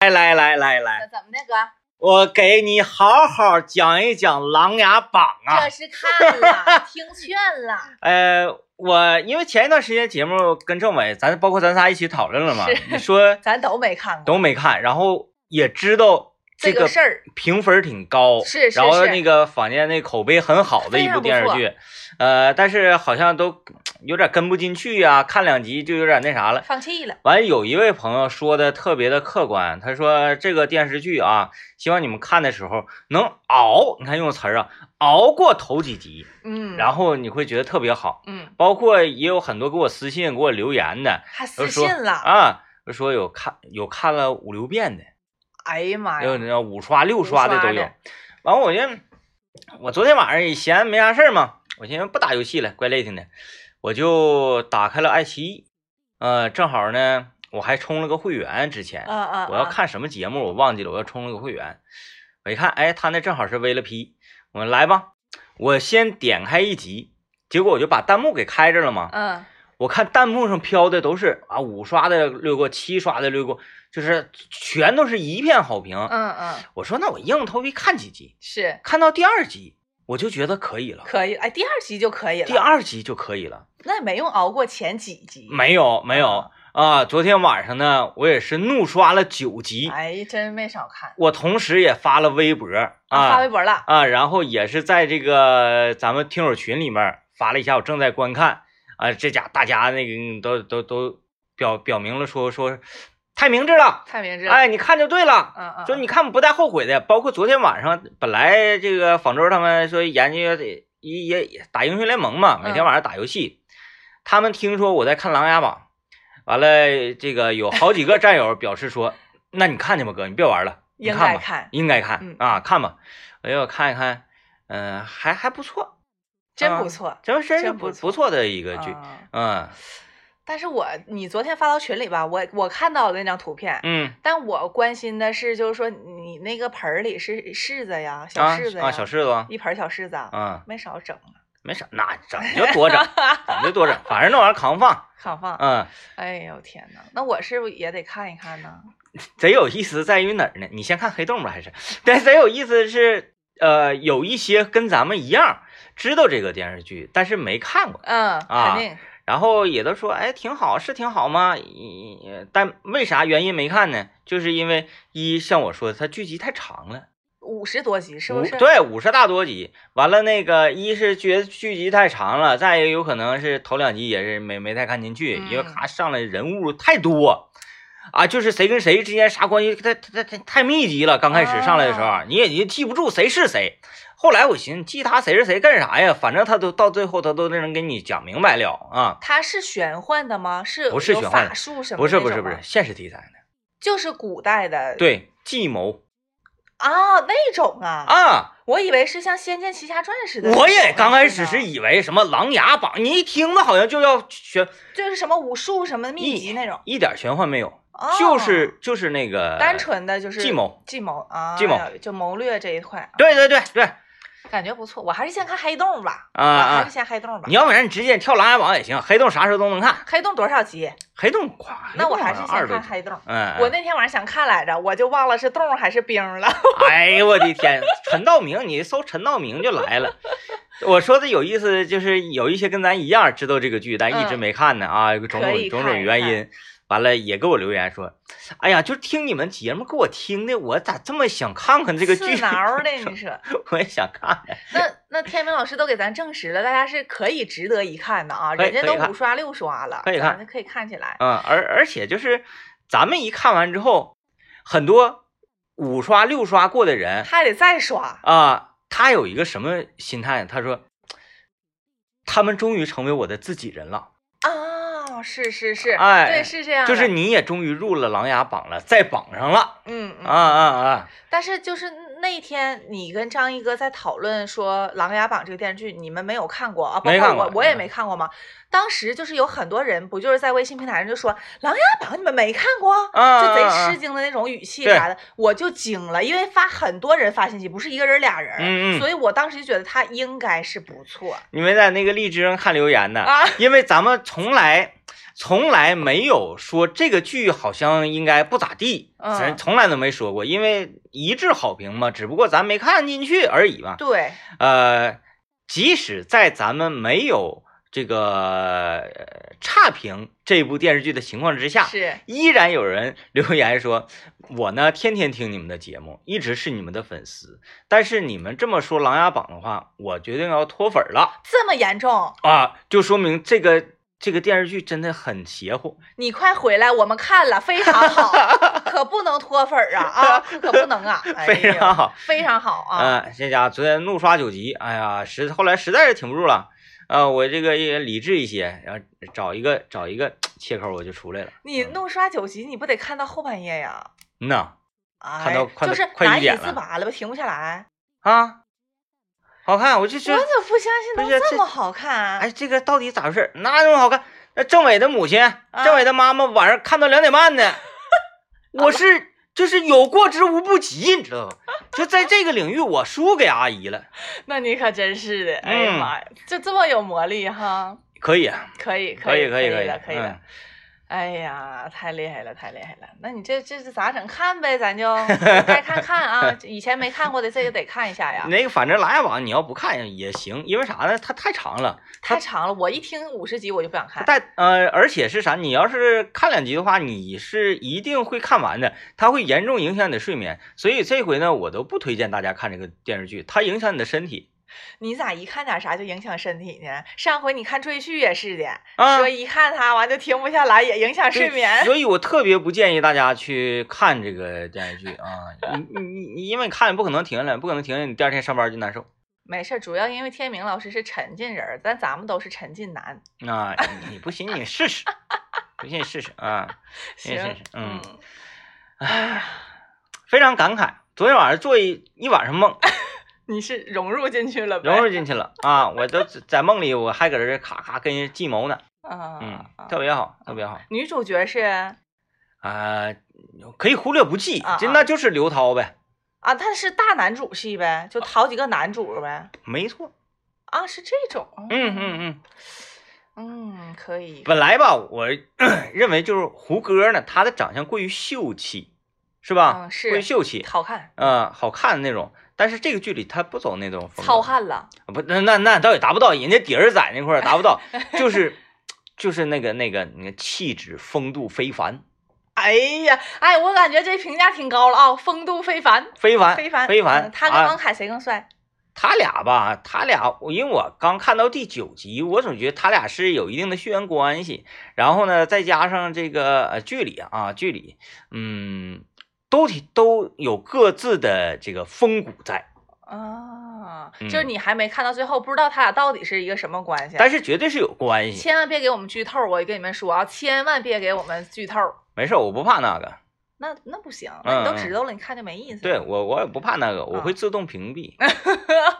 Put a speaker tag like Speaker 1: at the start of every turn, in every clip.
Speaker 1: 来来来来来，
Speaker 2: 怎么的，哥？
Speaker 1: 我给你好好讲一讲《琅琊榜》啊
Speaker 2: 这。是看 了，听劝了，
Speaker 1: 呃，我因为前一段时间节目跟政委，咱包括咱仨一起讨论了嘛，你说
Speaker 2: 咱都没看过
Speaker 1: 都没看，然后也知道这
Speaker 2: 个
Speaker 1: 个
Speaker 2: 事儿。
Speaker 1: 评分挺高，
Speaker 2: 是是
Speaker 1: 然后
Speaker 2: 是
Speaker 1: 那个坊间那口碑很好的一 部电视剧，呃，但是好像都有点跟不进去呀、看两集就有点那啥了。
Speaker 2: 放弃了，
Speaker 1: 完，有一位朋友说的特别的客观，他说这个电视剧啊，希望你们看的时候能熬，你看用词儿啊，熬过头几集，
Speaker 2: 嗯，
Speaker 1: 然后你会觉得特别好。
Speaker 2: 嗯，
Speaker 1: 包括也有很多给我私信、给我留言的，
Speaker 2: 还私
Speaker 1: 都说
Speaker 2: 信了，
Speaker 1: 啊，都说有看有看了五六遍的，
Speaker 2: 哎呀妈
Speaker 1: 有
Speaker 2: 呀，
Speaker 1: 那种五刷六刷的
Speaker 2: 五
Speaker 1: 都
Speaker 2: 刷的
Speaker 1: 有。完，我就我昨天晚上也闲没啥事儿嘛，我寻思不打游戏了，怪累挺的，我就打开了爱奇艺，呃，正好呢，我还充了个会员，之前
Speaker 2: 嗯嗯，
Speaker 1: 我要
Speaker 2: 嗯，
Speaker 1: 看什么节目我忘记了，我要充了个会员，我一看，哎，他那正好是 V 了 P，我来吧，我先点开一集，结果我就把弹幕给开着了嘛，
Speaker 2: 嗯，
Speaker 1: 我看弹幕上飘的都是啊五刷的略过，七刷的略过，就是全都是一片好评。
Speaker 2: 嗯嗯，
Speaker 1: 我说那我硬着头皮看几集，
Speaker 2: 是
Speaker 1: 看到第二集我就觉得可以了，
Speaker 2: 可以，哎，第二集就可以了，
Speaker 1: 第二集就可以了。
Speaker 2: 那也没用熬过前几集，
Speaker 1: 没有没有啊，昨天晚上呢，我也是怒刷了九集，
Speaker 2: 哎，真没少看，
Speaker 1: 我同时也发了微博
Speaker 2: 发微
Speaker 1: 啊
Speaker 2: 博了，
Speaker 1: 啊，然后也是在这个咱们听友群里面发了一下我正在观看啊，这家大家那个嗯都都都表表明了说说太明智了，
Speaker 2: 太明智了，
Speaker 1: 哎，你看就对了。
Speaker 2: 嗯嗯，
Speaker 1: 就你看不带后悔的，包括昨天晚上，本来这个广州他们说研究也也也打英雄联盟嘛，每天晚上打游戏，他们听说我在看《琅琊榜》，完了这个有好几个战友表示说，那你看去吧，哥，你别玩了，你
Speaker 2: 应该
Speaker 1: 吧，
Speaker 2: 看，
Speaker 1: 应该看、
Speaker 2: 嗯
Speaker 1: 啊，看吧，哎呦看一看，嗯、还还不错，
Speaker 2: 真
Speaker 1: 啊
Speaker 2: 不错，
Speaker 1: 真真是
Speaker 2: 真
Speaker 1: 不
Speaker 2: 不错
Speaker 1: 错的一个剧，
Speaker 2: 嗯
Speaker 1: 嗯
Speaker 2: 但是我你昨天发到群里吧，我我看到的那张图片，
Speaker 1: 嗯
Speaker 2: 但我关心的是，就是说你那个盆儿里是柿子呀，小
Speaker 1: 啊
Speaker 2: 柿子呀，
Speaker 1: 啊小柿子，
Speaker 2: 一盆儿小柿子啊，
Speaker 1: 嗯，
Speaker 2: 没少整，
Speaker 1: 没啥， 那整就多整，整就多整，反正那玩意儿扛放，
Speaker 2: 好放。
Speaker 1: 嗯。
Speaker 2: 哎呦天呐，那我是不是也得看一看呢？
Speaker 1: 贼有意思在于哪儿呢？你先看黑洞吧，还是？但贼有意思是，呃，有一些跟咱们一样知道这个电视剧，但是没看过，
Speaker 2: 嗯，
Speaker 1: 啊
Speaker 2: 肯定
Speaker 1: 然后也都说，哎，挺好，是挺好吗？嗯但为啥原因没看呢？就是因为一像我说的，它剧集太长了，
Speaker 2: 五十多集是
Speaker 1: 五
Speaker 2: 不是？
Speaker 1: 对五十大多集。完了，那个一是觉得剧集太长了，再一个有可能是头两集也是没没太看进去，因为
Speaker 2: 嗯
Speaker 1: 咔上来人物太多。啊，就是谁跟谁之间啥关系，太太太太密集了。刚开始上来的时候，
Speaker 2: 啊
Speaker 1: 你也你也记不住谁是谁。后来我寻思，记他谁是谁干啥呀？反正他都到最后，他都能给你讲明白了啊。
Speaker 2: 它是玄幻的吗？是
Speaker 1: 不是
Speaker 2: 有
Speaker 1: 玄幻的
Speaker 2: 法术什么？
Speaker 1: 不是不是不是，，现实题材的，
Speaker 2: 就是古代的
Speaker 1: 对，计谋
Speaker 2: 啊那种啊
Speaker 1: 啊。
Speaker 2: 我以为是像《仙剑奇侠传》似的那种呢。
Speaker 1: 我也刚开始是
Speaker 2: 呢
Speaker 1: 以为什么琅琊榜，你一听那好像就要学
Speaker 2: 就是什么武术什么的秘
Speaker 1: 一
Speaker 2: 籍那种，
Speaker 1: 一点玄幻没有，
Speaker 2: 哦
Speaker 1: 就是就是那个
Speaker 2: 单。纯的就是
Speaker 1: 计谋
Speaker 2: 计谋啊，
Speaker 1: 计谋
Speaker 2: 就谋略这一块啊，
Speaker 1: 对对对对啊
Speaker 2: 感觉不错。我还是先看黑洞吧，我还
Speaker 1: 啊
Speaker 2: 是！先黑洞吧。
Speaker 1: 你要不然你直接跳琅琊榜也行，黑洞啥时候都能看。
Speaker 2: 黑洞多少集？
Speaker 1: 黑洞夸，
Speaker 2: 那我
Speaker 1: 黑洞啊
Speaker 2: 还
Speaker 1: 好像20
Speaker 2: 是先
Speaker 1: 多
Speaker 2: 看
Speaker 1: 集。
Speaker 2: 黑洞。
Speaker 1: 嗯，
Speaker 2: 我那天晚上想看来着，我就忘了是洞还是冰了。
Speaker 1: 那哎呦我的天，陈道明，你搜陈道明就来了。我说的有意思，就是有一些跟咱一样知道这个剧，但一直
Speaker 2: 嗯
Speaker 1: 没看呢啊，有个种
Speaker 2: 可
Speaker 1: 种
Speaker 2: 以
Speaker 1: 种
Speaker 2: 看
Speaker 1: 种
Speaker 2: 一
Speaker 1: 原
Speaker 2: 看
Speaker 1: 因。完了也给我留言说，哎呀，就听你们节目给我听的，我咋这么想看 看这个剧
Speaker 2: 刺？挠的，啊你说
Speaker 1: 我也想看。
Speaker 2: 那那天明老师都给咱证实了，大家是可以值得一看的啊，
Speaker 1: 可以
Speaker 2: 人家
Speaker 1: 可以
Speaker 2: 都
Speaker 1: 看
Speaker 2: 五刷六刷了，
Speaker 1: 可以看
Speaker 2: 咱们可以看起来。
Speaker 1: 嗯，而而且就是咱们一看完之后，很多五刷六刷过的人
Speaker 2: 还得再刷，
Speaker 1: 啊、他有一个什么心态？他说，他们终于成为我的自己人了，
Speaker 2: 啊，是是是，
Speaker 1: 哎
Speaker 2: 对，是这样的，
Speaker 1: 就是你也终于入了琅琊榜了，在榜上了。
Speaker 2: 嗯嗯
Speaker 1: 啊啊啊！
Speaker 2: 但是就是那天你跟张一哥在讨论说《琅琊榜》这个电视剧，你们没有看过啊？包
Speaker 1: 没看过
Speaker 2: 括我，我也
Speaker 1: 嗯
Speaker 2: 没看过吗？当时就是有很多人不就是在微信平台上就说《琅琊榜》你们没看过，
Speaker 1: 啊
Speaker 2: 就
Speaker 1: 啊
Speaker 2: 贼
Speaker 1: 啊
Speaker 2: 吃惊的那种语气
Speaker 1: 对
Speaker 2: 啥的，我就惊了，因为发很多人发信息，不是一个人俩人儿，
Speaker 1: 嗯嗯啊
Speaker 2: 所以我当时就觉得他应该是不错
Speaker 1: 你们在那个荔枝上看留言呢，
Speaker 2: 啊。
Speaker 1: 因为咱们从来。从来没有说这个剧好像应该不咋地，
Speaker 2: 嗯
Speaker 1: 咱从来都没说过，因为一致好评嘛，只不过咱没看进去而已嘛。
Speaker 2: 对，
Speaker 1: 呃，即使在咱们没有这个呃差评这部电视剧的情况之下，
Speaker 2: 是，
Speaker 1: 依然有人 留言说：“我呢，天天听你们的节目，一直是你们的粉丝。但是你们这么说《琅琊榜》的话，我决定要脱粉儿了
Speaker 2: 这么严重，
Speaker 1: 啊！”就说明这个这个电视剧真的很邪乎。
Speaker 2: 你快回来，我们看了，非 常好，可不能脱粉儿啊啊，可不能啊，哎
Speaker 1: 非
Speaker 2: 呦
Speaker 1: 常好。
Speaker 2: 非常好啊，
Speaker 1: 嗯，这家伙昨天怒刷九集，哎呀，实后来实在是挺不住了，呃，我这个也理智一些，然后找一个找一个切口我就出来了。
Speaker 2: 你弄刷九集，你不得看到后半夜呀？
Speaker 1: 嗯呐
Speaker 2: 哎，
Speaker 1: 看到快到
Speaker 2: 就是
Speaker 1: 快一
Speaker 2: 难以
Speaker 1: 点
Speaker 2: 自
Speaker 1: 了
Speaker 2: 拔了吧，停不下来。
Speaker 1: 啊，好看，我就
Speaker 2: 我
Speaker 1: 就
Speaker 2: 怎么不相信
Speaker 1: 不
Speaker 2: 能
Speaker 1: 是
Speaker 2: 这
Speaker 1: 这
Speaker 2: 么好看？啊
Speaker 1: 哎，这个到底咋回事？哪那么好看？那政委的母亲，政委的妈妈晚上看到两点半呢。我是就是有过之无不及，你知道吧？就在这个领域，我输给阿姨了。
Speaker 2: 那你可真是的，哎呀
Speaker 1: 嗯
Speaker 2: 妈呀，就这么有魔力哈！
Speaker 1: 可以，啊
Speaker 2: 可以，
Speaker 1: 可
Speaker 2: 以，
Speaker 1: 以，以，嗯可
Speaker 2: 的，可以的。哎呀，太厉害了，太厉害了！那你这这是咋整？看呗，咱就该看看啊。以前没看过的，这个得看一下呀
Speaker 1: 嗯。那个，反正《琅琊榜》你要不看也行，因为啥呢？它太长了。
Speaker 2: 太长了，我一听五十集我就不想看。
Speaker 1: 但呃，而且是啥？你要是看两集的话，你是一定会看完的，它会严重影响你的睡眠。所以这回呢，我都不推荐大家看这个电视剧，它影响你的身体
Speaker 2: 你咋一看点啥就影响身体呢？上回你看赘婿也是的，
Speaker 1: 啊。
Speaker 2: 说一看它完就停不下来，也影响
Speaker 1: 对
Speaker 2: 睡眠。
Speaker 1: 所以我特别不建议大家去看这个电视剧啊，你你你你因为你看不可能停下来，不可能停下来，你第二天上班就难受。
Speaker 2: 没事儿，主要因为天明老师是沉浸人儿，但咱们都是沉浸男。
Speaker 1: 啊，你你不信你试试，不信你试试啊，
Speaker 2: 行
Speaker 1: 是是，嗯
Speaker 2: 嗯，哎呀。
Speaker 1: 非常感慨。昨天晚上做一一晚上梦，
Speaker 2: 你是融入进去了呗？
Speaker 1: 融入进去了啊！我都在梦里，我还搁这儿咔咔跟人计谋呢，
Speaker 2: 啊，
Speaker 1: 嗯
Speaker 2: 啊，
Speaker 1: 特别好，特别好
Speaker 2: 女主角是啊，
Speaker 1: 啊，可以忽略不计
Speaker 2: 啊，
Speaker 1: 这
Speaker 2: 啊
Speaker 1: 那就是刘涛呗，
Speaker 2: 她是大男主戏呗，就好几个男主呗。
Speaker 1: 没错，
Speaker 2: 啊，是这种。
Speaker 1: 嗯嗯嗯。
Speaker 2: 嗯，可以。
Speaker 1: 本来吧，我 认为就是胡歌呢，他的长相过于秀气，是吧？
Speaker 2: 嗯是
Speaker 1: 过于秀气，
Speaker 2: 好看，
Speaker 1: 嗯、好看的那种。但是这个剧里他不走那种风格，啊
Speaker 2: 糙汉了。
Speaker 1: 不，那那那倒也达不到，人家底儿在那块儿达 不到，就是就是那个那个那个气质风度非凡，
Speaker 2: 哎呀，哎，我感觉这评价挺高了啊，风度非凡，
Speaker 1: 非凡
Speaker 2: 非凡，
Speaker 1: 啊非凡。
Speaker 2: 嗯他跟王
Speaker 1: 啊、
Speaker 2: 凯谁更帅？
Speaker 1: 他俩吧，他俩，我因为我刚看到第九集，我总觉得他俩是有一定的血缘关系。然后呢，再加上这个呃剧里啊，剧里，嗯，都挺都有各自的这个风骨在，
Speaker 2: 啊，
Speaker 1: 嗯
Speaker 2: 就是你还没看到最后，不知道他俩到底是一个什么关系。啊
Speaker 1: 但是绝对是有关系。
Speaker 2: 千万别给我们剧透，我跟你们说啊，千万别给我们剧透，
Speaker 1: 没事，我不怕那个，
Speaker 2: 那那不行，那你都
Speaker 1: 嗯嗯
Speaker 2: 知道了，你看就没意思。
Speaker 1: 对我我也不怕那个，
Speaker 2: 啊
Speaker 1: 我会自动屏 蔽，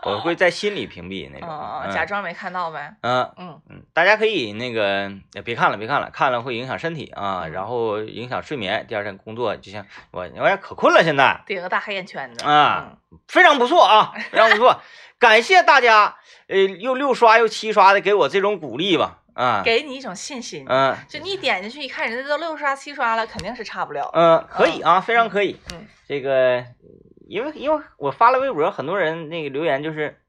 Speaker 1: 我会在心里屏蔽那种。
Speaker 2: 啊，假
Speaker 1: 嗯
Speaker 2: 装没看到呗。
Speaker 1: 嗯
Speaker 2: 嗯，
Speaker 1: 嗯，大家可以那个呃别看了，别看了，看了会影响身体啊，
Speaker 2: 嗯
Speaker 1: 然后影响睡眠，第二天工作就像我我也可困了，现在
Speaker 2: 顶个大黑眼圈子嗯
Speaker 1: 啊，非常不错 啊，非常不错，感谢大家，呃，又六刷又七刷的给我这种鼓励吧，啊
Speaker 2: 嗯，，给你一种信心。
Speaker 1: 嗯
Speaker 2: 就你点进去一看，人家都六刷七刷了，肯定是差不了。
Speaker 1: 嗯，可以啊，非常可以，
Speaker 2: 嗯，
Speaker 1: 这个因为因为我发了微博，很多人那个留言就是，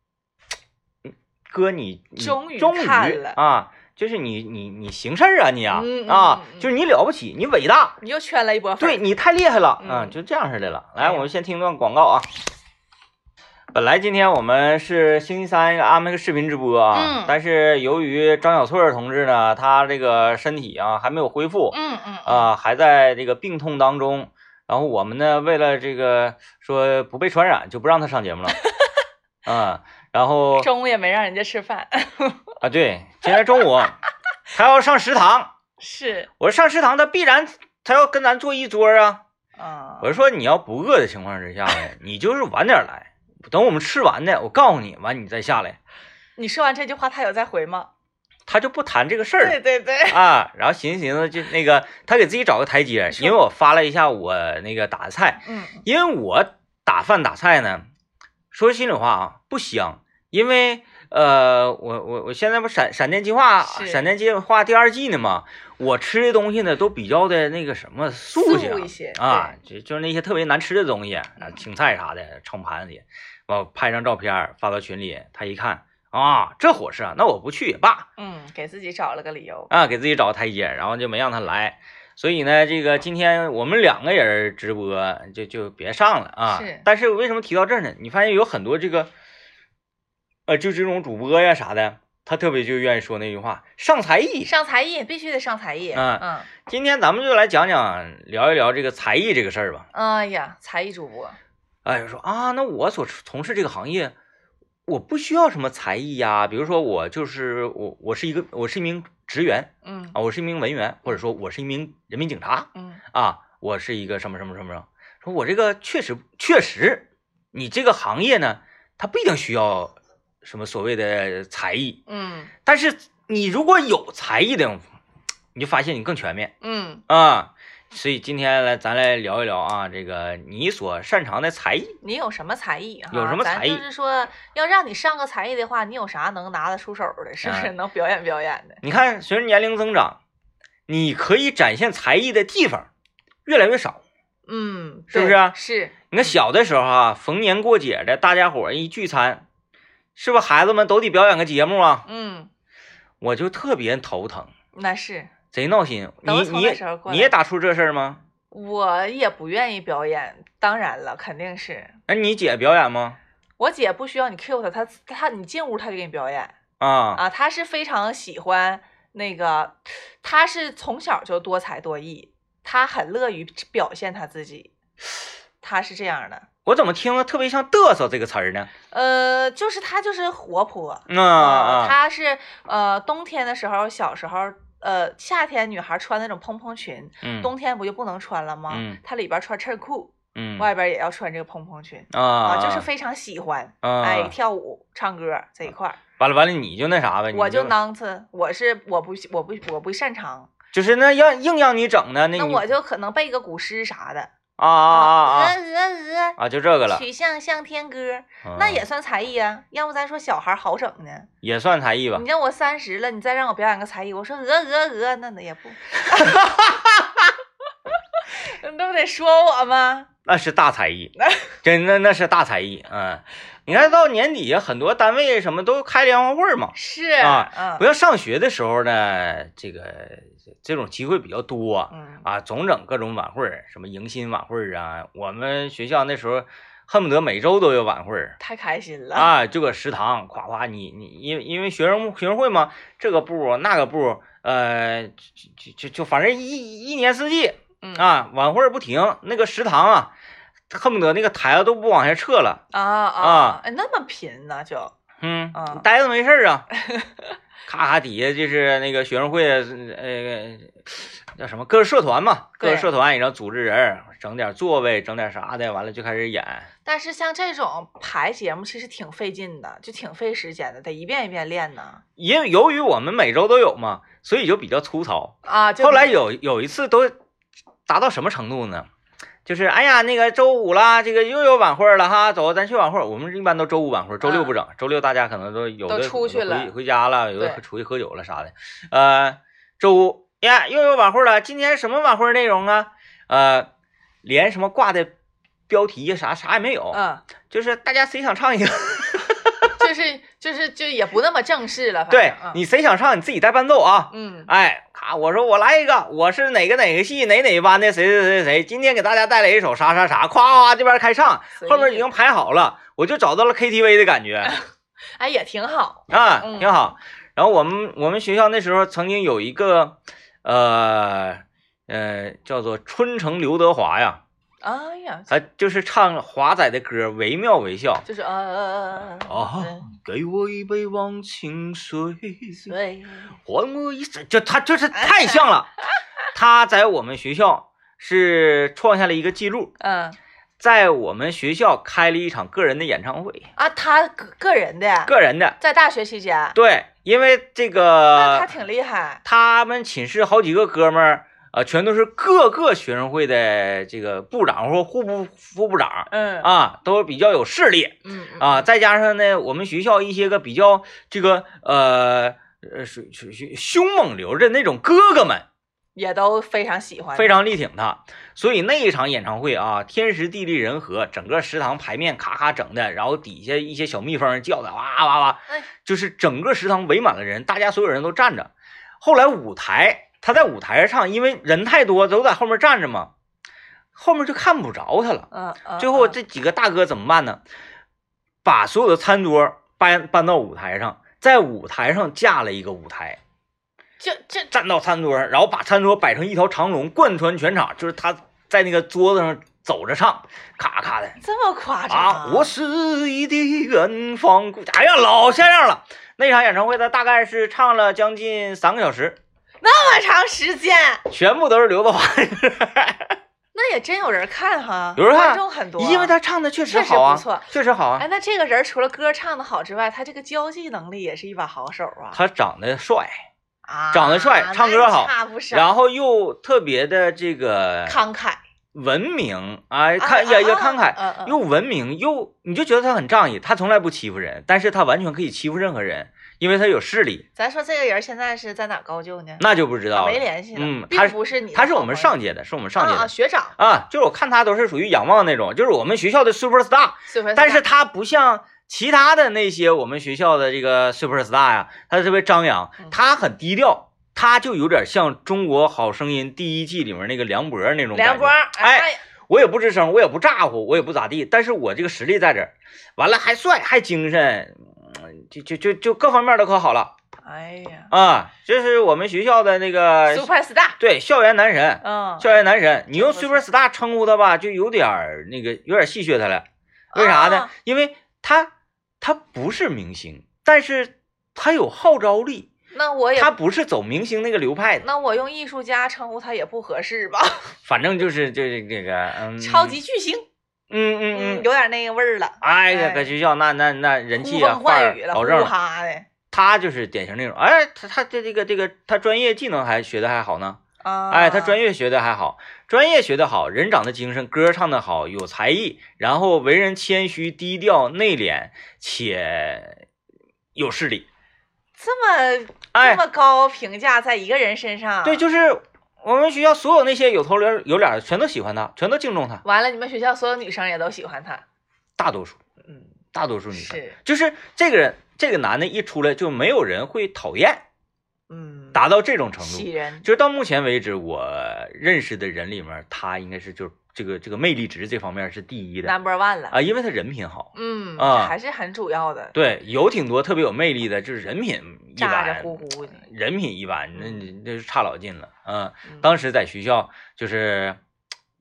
Speaker 1: 嗯哥你你
Speaker 2: 终于
Speaker 1: 终于
Speaker 2: 看了
Speaker 1: 啊。就是你你你行事儿啊你啊、
Speaker 2: 嗯嗯
Speaker 1: 啊
Speaker 2: 嗯，嗯
Speaker 1: 就是你了不起，你伟大，
Speaker 2: 你又圈了一波粉
Speaker 1: 对
Speaker 2: 儿。
Speaker 1: 你太厉害了，
Speaker 2: 嗯
Speaker 1: 嗯，就这样式的了。来，
Speaker 2: 哎呀
Speaker 1: 我们先听段广告啊。本来今天我们是星期三安排个视频直播啊，
Speaker 2: 嗯
Speaker 1: 但是由于张小翠儿同志呢，她这个身体啊还没有恢复，
Speaker 2: 嗯嗯
Speaker 1: 啊、还在这个病痛当中。然后我们呢，为了这个说不被传染，就不让她上 节目了。嗯，然后
Speaker 2: 中午也没让人家吃饭，
Speaker 1: 啊，对，今天中午她要上食堂，
Speaker 2: 是
Speaker 1: 我说上食堂她必然她要跟咱坐一桌啊。
Speaker 2: 啊
Speaker 1: 我，是说你要不饿的情况之下呢，你就是晚点来，等我们吃完的，我告诉你，完你再下来。
Speaker 2: 你说完这句话，他有再回吗？
Speaker 1: 他就不谈这个事
Speaker 2: 对
Speaker 1: 儿
Speaker 2: 对对，
Speaker 1: 啊，然后寻思寻思就那个，他给自己找个台阶，
Speaker 2: 说
Speaker 1: 因为我发了一下我那个打的菜，
Speaker 2: 嗯，
Speaker 1: 因为我打饭打菜呢，说心里话啊不香，因为呃，我我我现在不闪闪电计划
Speaker 2: 是
Speaker 1: 闪电计划第二季呢嘛，我吃的东西呢都比较的那个什么素
Speaker 2: 素
Speaker 1: 性
Speaker 2: 一些嗯
Speaker 1: 啊，就就是那些特别难吃的东西，啊，青菜啥的盛盘里，我拍张照片儿发到群里，他一看啊，这伙食啊，那我不去也罢
Speaker 2: 嗯，给自己找了个理由。
Speaker 1: 啊，给自己找个台阶，然后就没让他来。所以呢，这个今天我们两个人直播就就别上了啊。
Speaker 2: 是
Speaker 1: 但是为什么提到这儿呢？你发现有很多这个，呃，就这种主播呀啥的，他特别就愿意说那句话“上才艺”。
Speaker 2: 上才艺必须得上才艺。
Speaker 1: 啊
Speaker 2: 嗯，
Speaker 1: 今天咱们就来讲讲聊一聊这个才艺这个事儿吧。
Speaker 2: 哎呀，才艺主播，
Speaker 1: 哎，就说啊，那我所从事这个行业，我不需要什么才艺呀。比如说，我就是我，我是一个，我是一名职员
Speaker 2: 嗯
Speaker 1: 啊，我是一名文员，或者说我是一名人民警察。
Speaker 2: 嗯，
Speaker 1: 啊，我是一个什么什么什么什么，说我这个确实确实，你这个行业呢，它不一定需要什么所谓的才艺，
Speaker 2: 嗯
Speaker 1: 但是你如果有才艺的，你就发现你更全面
Speaker 2: 嗯，
Speaker 1: 啊。所以今天来咱来聊一聊啊，这个你所擅长的才艺，
Speaker 2: 你有什么才艺啊？
Speaker 1: 有什么才艺
Speaker 2: 咱就是说，要让你上个才艺的话，你有啥能拿得出手的？是不是
Speaker 1: 嗯
Speaker 2: 能表演表演的？
Speaker 1: 你看随着年龄增长，你可以展现才艺的地方越来越少。
Speaker 2: 嗯，
Speaker 1: 是不
Speaker 2: 对
Speaker 1: 是啊
Speaker 2: 是，
Speaker 1: 你看小的时候啊，逢年过节的，大家伙儿一聚餐，是不是孩子们都得表演个节目啊？
Speaker 2: 嗯，
Speaker 1: 我就特别头疼，
Speaker 2: 那是
Speaker 1: 贼闹心。你
Speaker 2: 都是从
Speaker 1: 你
Speaker 2: 那时候过来
Speaker 1: 你也打出这事儿吗？
Speaker 2: 我也不愿意表演，当然了，肯定是
Speaker 1: 那哎你姐表演吗？
Speaker 2: 我姐不需要你 Q 她，她她你进屋她就给你表演。
Speaker 1: 啊，
Speaker 2: 啊，他是非常喜欢那个，他是从小就多才多艺，他很乐于表现他自己，他是这样的。
Speaker 1: 我怎么听着特别像“嘚瑟”这个词儿呢？
Speaker 2: 呃，就是他就是活泼，
Speaker 1: 嗯啊
Speaker 2: 哦他是呃冬天的时候，小时候。呃，夏天女孩穿那种蓬蓬裙，
Speaker 1: 嗯
Speaker 2: 冬天不就不能穿了吗？
Speaker 1: 嗯
Speaker 2: 她里边穿衬裤，
Speaker 1: 嗯
Speaker 2: 外边也要穿这个蓬蓬裙、
Speaker 1: 啊
Speaker 2: 啊，
Speaker 1: 啊
Speaker 2: 就是非常喜欢，
Speaker 1: 啊
Speaker 2: 哎，跳舞、唱歌这一块儿，
Speaker 1: 完了完了，你就那啥呗，你
Speaker 2: 我就囊次，我是我不我不我不擅长，
Speaker 1: 就是那让硬让你整的，那
Speaker 2: 那
Speaker 1: 你
Speaker 2: 我就嗯可能背个古诗啥的呃
Speaker 1: 啊啊啊啊
Speaker 2: 鹅鹅
Speaker 1: 啊，就这个
Speaker 2: 鹅，
Speaker 1: 了，
Speaker 2: 曲项向天歌，
Speaker 1: 嗯
Speaker 2: 那也算才艺啊。要不咱说小孩好整呢？
Speaker 1: 也算才艺吧
Speaker 2: 你，让我三十了，你再让我表演个才艺，我说鹅鹅鹅，那那 也不，那不得说我吗？
Speaker 1: 那是大才 艺，真的那是大才艺。嗯，你看到年底很多单位什么都开联欢会嘛，
Speaker 2: 是
Speaker 1: 啊不
Speaker 2: 嗯
Speaker 1: 要上学的时候呢，这个这种机会比较多啊
Speaker 2: 嗯
Speaker 1: 啊，总整各种晚会儿，什么迎新晚会儿啊。我们学校那时候恨不得每周都有晚会 儿
Speaker 2: 太开心了，
Speaker 1: 啊，就搁食堂夸夸你你，因为因为学生学生会嘛，这个部那个部，呃，就就就就反正一一年四季
Speaker 2: 嗯
Speaker 1: 啊，晚会儿不停，那个食堂啊，恨不得那个台子都不往下撤了，
Speaker 2: 啊
Speaker 1: 啊
Speaker 2: 啊，哎那么贫呢就
Speaker 1: 嗯，
Speaker 2: 啊
Speaker 1: 待着没事儿啊，咔咔底下就是那个学生会，呃，叫什么各个社团嘛，各个
Speaker 2: 对
Speaker 1: 社团也要组织人，整点座位，整点啥的，完了就开始演。
Speaker 2: 但是像这种排节目其实挺费劲的，就挺费时间的，得一遍一遍练呢。
Speaker 1: 因为由于我们每周都有嘛，所以就比较粗糙。
Speaker 2: 啊，就
Speaker 1: 后来有有一次都达到什么程度呢？就是哎呀，那个周五啦，这个又有晚会了哈，走，咱去晚会。我们一般都周五晚会，周六不整。周六大家可能都有的
Speaker 2: 嗯都出去
Speaker 1: 有的回
Speaker 2: 了
Speaker 1: 回家了，有的
Speaker 2: 对
Speaker 1: 出去喝酒了啥的。呃，周五哎呀又有晚会了，今天什么晚会内容啊？呃，连什么挂的标题呀啥啥也没有，
Speaker 2: 嗯。哎
Speaker 1: 就是大家谁想唱一个，
Speaker 2: 就是就是就也不那么正式了，反正
Speaker 1: 对
Speaker 2: 啊
Speaker 1: 你谁想唱你自己带伴奏啊。
Speaker 2: 嗯
Speaker 1: 哎，咔，我说我来一个，我是哪个哪个系哪哪班的谁谁谁谁，今天给大家带来一首啥啥啥，夸夸这边开唱，
Speaker 2: 随意
Speaker 1: 后面已经排好了，我就找到了 KTV 的 感觉
Speaker 2: 哎也挺好，
Speaker 1: 啊，
Speaker 2: 嗯
Speaker 1: 挺好。然后我们我们学校那时候曾经有一个，呃呃，叫做春城刘德华呀，
Speaker 2: 哎呀，
Speaker 1: 他就是唱华仔的歌，惟妙惟肖。
Speaker 2: 就是呃
Speaker 1: 啊
Speaker 2: 对
Speaker 1: 给我一杯忘情水，
Speaker 2: 对，
Speaker 1: 还我一生，就他就是
Speaker 2: 哎
Speaker 1: 太像了。 他在我们学校是创下了一个记录，
Speaker 2: 嗯
Speaker 1: 在我们学校开了一场个人的演唱会，
Speaker 2: 啊，他个个人的，
Speaker 1: 个人的。
Speaker 2: 在大学期间，
Speaker 1: 对，因为这
Speaker 2: 那他
Speaker 1: 个
Speaker 2: 挺厉害，
Speaker 1: 他们寝室好几个哥们儿，呃，全都是各个学生会的这个部长或副部副部长
Speaker 2: 嗯
Speaker 1: 啊，都是比较有势力
Speaker 2: 嗯嗯
Speaker 1: 啊。再加上呢，我们学校一些个比较这个呃呃属属于凶猛流的那种哥哥们，
Speaker 2: 也都非常喜欢，
Speaker 1: 非常力挺他。所以那一场演唱会啊，天时地利人和，整个食堂排面咔咔整的，然后底下一些小蜜蜂叫的哇哇哇
Speaker 2: 哎，
Speaker 1: 就是整个食堂围满了人，大家所有人都站着。后来舞台他在舞台上唱，因为人太多，都在后面站着嘛，后面就看不着他了。
Speaker 2: 嗯嗯，
Speaker 1: 最后
Speaker 2: 嗯
Speaker 1: 这几个大哥怎么办呢？把所有的餐桌搬搬到舞台上，在舞台上架了一个舞台。
Speaker 2: 就这
Speaker 1: 站到餐桌上，然后把餐桌摆成一条长龙，贯穿全场，就是他在那个桌子上走着唱，咔咔的
Speaker 2: 这么夸张
Speaker 1: 啊！我是一地远方故，哎呀，老像样了。那场演唱会他大概是唱了将近三个小时，
Speaker 2: 那么长时间，
Speaker 1: 全部都是刘德华，
Speaker 2: 那也真有人看哈，
Speaker 1: 有人看
Speaker 2: 观众很多，啊
Speaker 1: 因为他唱的确实
Speaker 2: 确实
Speaker 1: 好啊，
Speaker 2: 不错
Speaker 1: 确实好啊
Speaker 2: 哎，。那这个人除了歌唱的好之外，他这个交际能力也是一把好手啊！
Speaker 1: 他长得帅，
Speaker 2: 啊，
Speaker 1: 长得帅唱歌
Speaker 2: 那
Speaker 1: 好
Speaker 2: 差不少，
Speaker 1: 然后又特别的这个
Speaker 2: 慷慨，
Speaker 1: 文明，哎，
Speaker 2: 啊
Speaker 1: 看
Speaker 2: 啊
Speaker 1: 也也慷慨，
Speaker 2: 嗯嗯，
Speaker 1: 又文明又，你就觉得他很仗义，他从来不欺负人，但是他完全可以欺负任何人，因为他有势力，
Speaker 2: 咱说这个人现在是在哪儿高就呢？
Speaker 1: 那就不知道
Speaker 2: 啊
Speaker 1: 了。
Speaker 2: 没联系了，
Speaker 1: 嗯
Speaker 2: 并
Speaker 1: 他
Speaker 2: 不是你的好朋友，
Speaker 1: 他是我们上届的，是我们上届
Speaker 2: 啊啊
Speaker 1: 的
Speaker 2: 学长，
Speaker 1: 啊，就是我看他都是属于仰望那种，就是我们学校的 super star，
Speaker 2: 岁数
Speaker 1: 但是
Speaker 2: 大
Speaker 1: 他不像其他的那些我们学校的这个 super star 呀、他特别张扬
Speaker 2: 嗯，
Speaker 1: 他很低调。他就有点像《中国好声音》第一季里面那个梁博那种感觉
Speaker 2: 梁波，
Speaker 1: 哎，我也不吱声，我也不咋呼，我也不咋地，但是我这个实力在这儿，完了还帅还精神，嗯就就就就各方面都可好了
Speaker 2: 哎呀
Speaker 1: 啊！这是我们学校的那个
Speaker 2: ，super star，
Speaker 1: 对校园男神，
Speaker 2: 嗯，
Speaker 1: 校园男神，你用
Speaker 2: 真
Speaker 1: super
Speaker 2: 不
Speaker 1: star 称呼他吧，就有点儿那个有点戏谑他了，为啥呢
Speaker 2: 啊？
Speaker 1: 因为他他不是明星，但是他有号召力，
Speaker 2: 那我也
Speaker 1: 他不是走明星那个流派的，
Speaker 2: 那我用艺术家称呼他也不合适吧？
Speaker 1: 反正就是就是这个嗯，
Speaker 2: 超级巨星，
Speaker 1: 嗯嗯嗯
Speaker 2: 有点那个味儿了，
Speaker 1: 哎呀，
Speaker 2: 哎
Speaker 1: 搁学校那那那人
Speaker 2: 呼
Speaker 1: 气啊，范
Speaker 2: 风唤
Speaker 1: 儿
Speaker 2: 雨了，
Speaker 1: 保
Speaker 2: 呼
Speaker 1: 证。
Speaker 2: 哈的
Speaker 1: 他就是典型那种，哎，他他这这个这个他专业技能还学的还好呢，
Speaker 2: 啊！
Speaker 1: 哎，他专
Speaker 2: 业
Speaker 1: 业学的还好，专业学的好，人长得精神，歌唱的好，有才艺，然后为人谦虚、低调、内敛且有势力，
Speaker 2: 这么
Speaker 1: 哎
Speaker 2: 这，么高评价在一个人身上，
Speaker 1: 对，就是我们学校所有那些有头有脸有脸儿全都喜欢他，全都敬重他，
Speaker 2: 完了，你们学校所有女生也都喜欢他，
Speaker 1: 大多数，
Speaker 2: 嗯，
Speaker 1: 大多数女生，
Speaker 2: 是，
Speaker 1: 就是这个人，这个男的一出来就没有人会讨厌，
Speaker 2: 嗯，
Speaker 1: 达到这种程度
Speaker 2: 喜。人，
Speaker 1: 就是到目前为止，我认识的人里面，他应该是就是这个这个魅力值这方面是第一的
Speaker 2: number one 了，
Speaker 1: 啊，因为他人品好。
Speaker 2: 嗯，
Speaker 1: 啊
Speaker 2: 还是很主要的，
Speaker 1: 对，有挺多特别有魅力的，就是人品一
Speaker 2: 咋咋
Speaker 1: 般，
Speaker 2: 呼呼的，
Speaker 1: 人品一般，那
Speaker 2: 嗯
Speaker 1: 那是差老近了。嗯，
Speaker 2: 嗯
Speaker 1: 当时在学校就是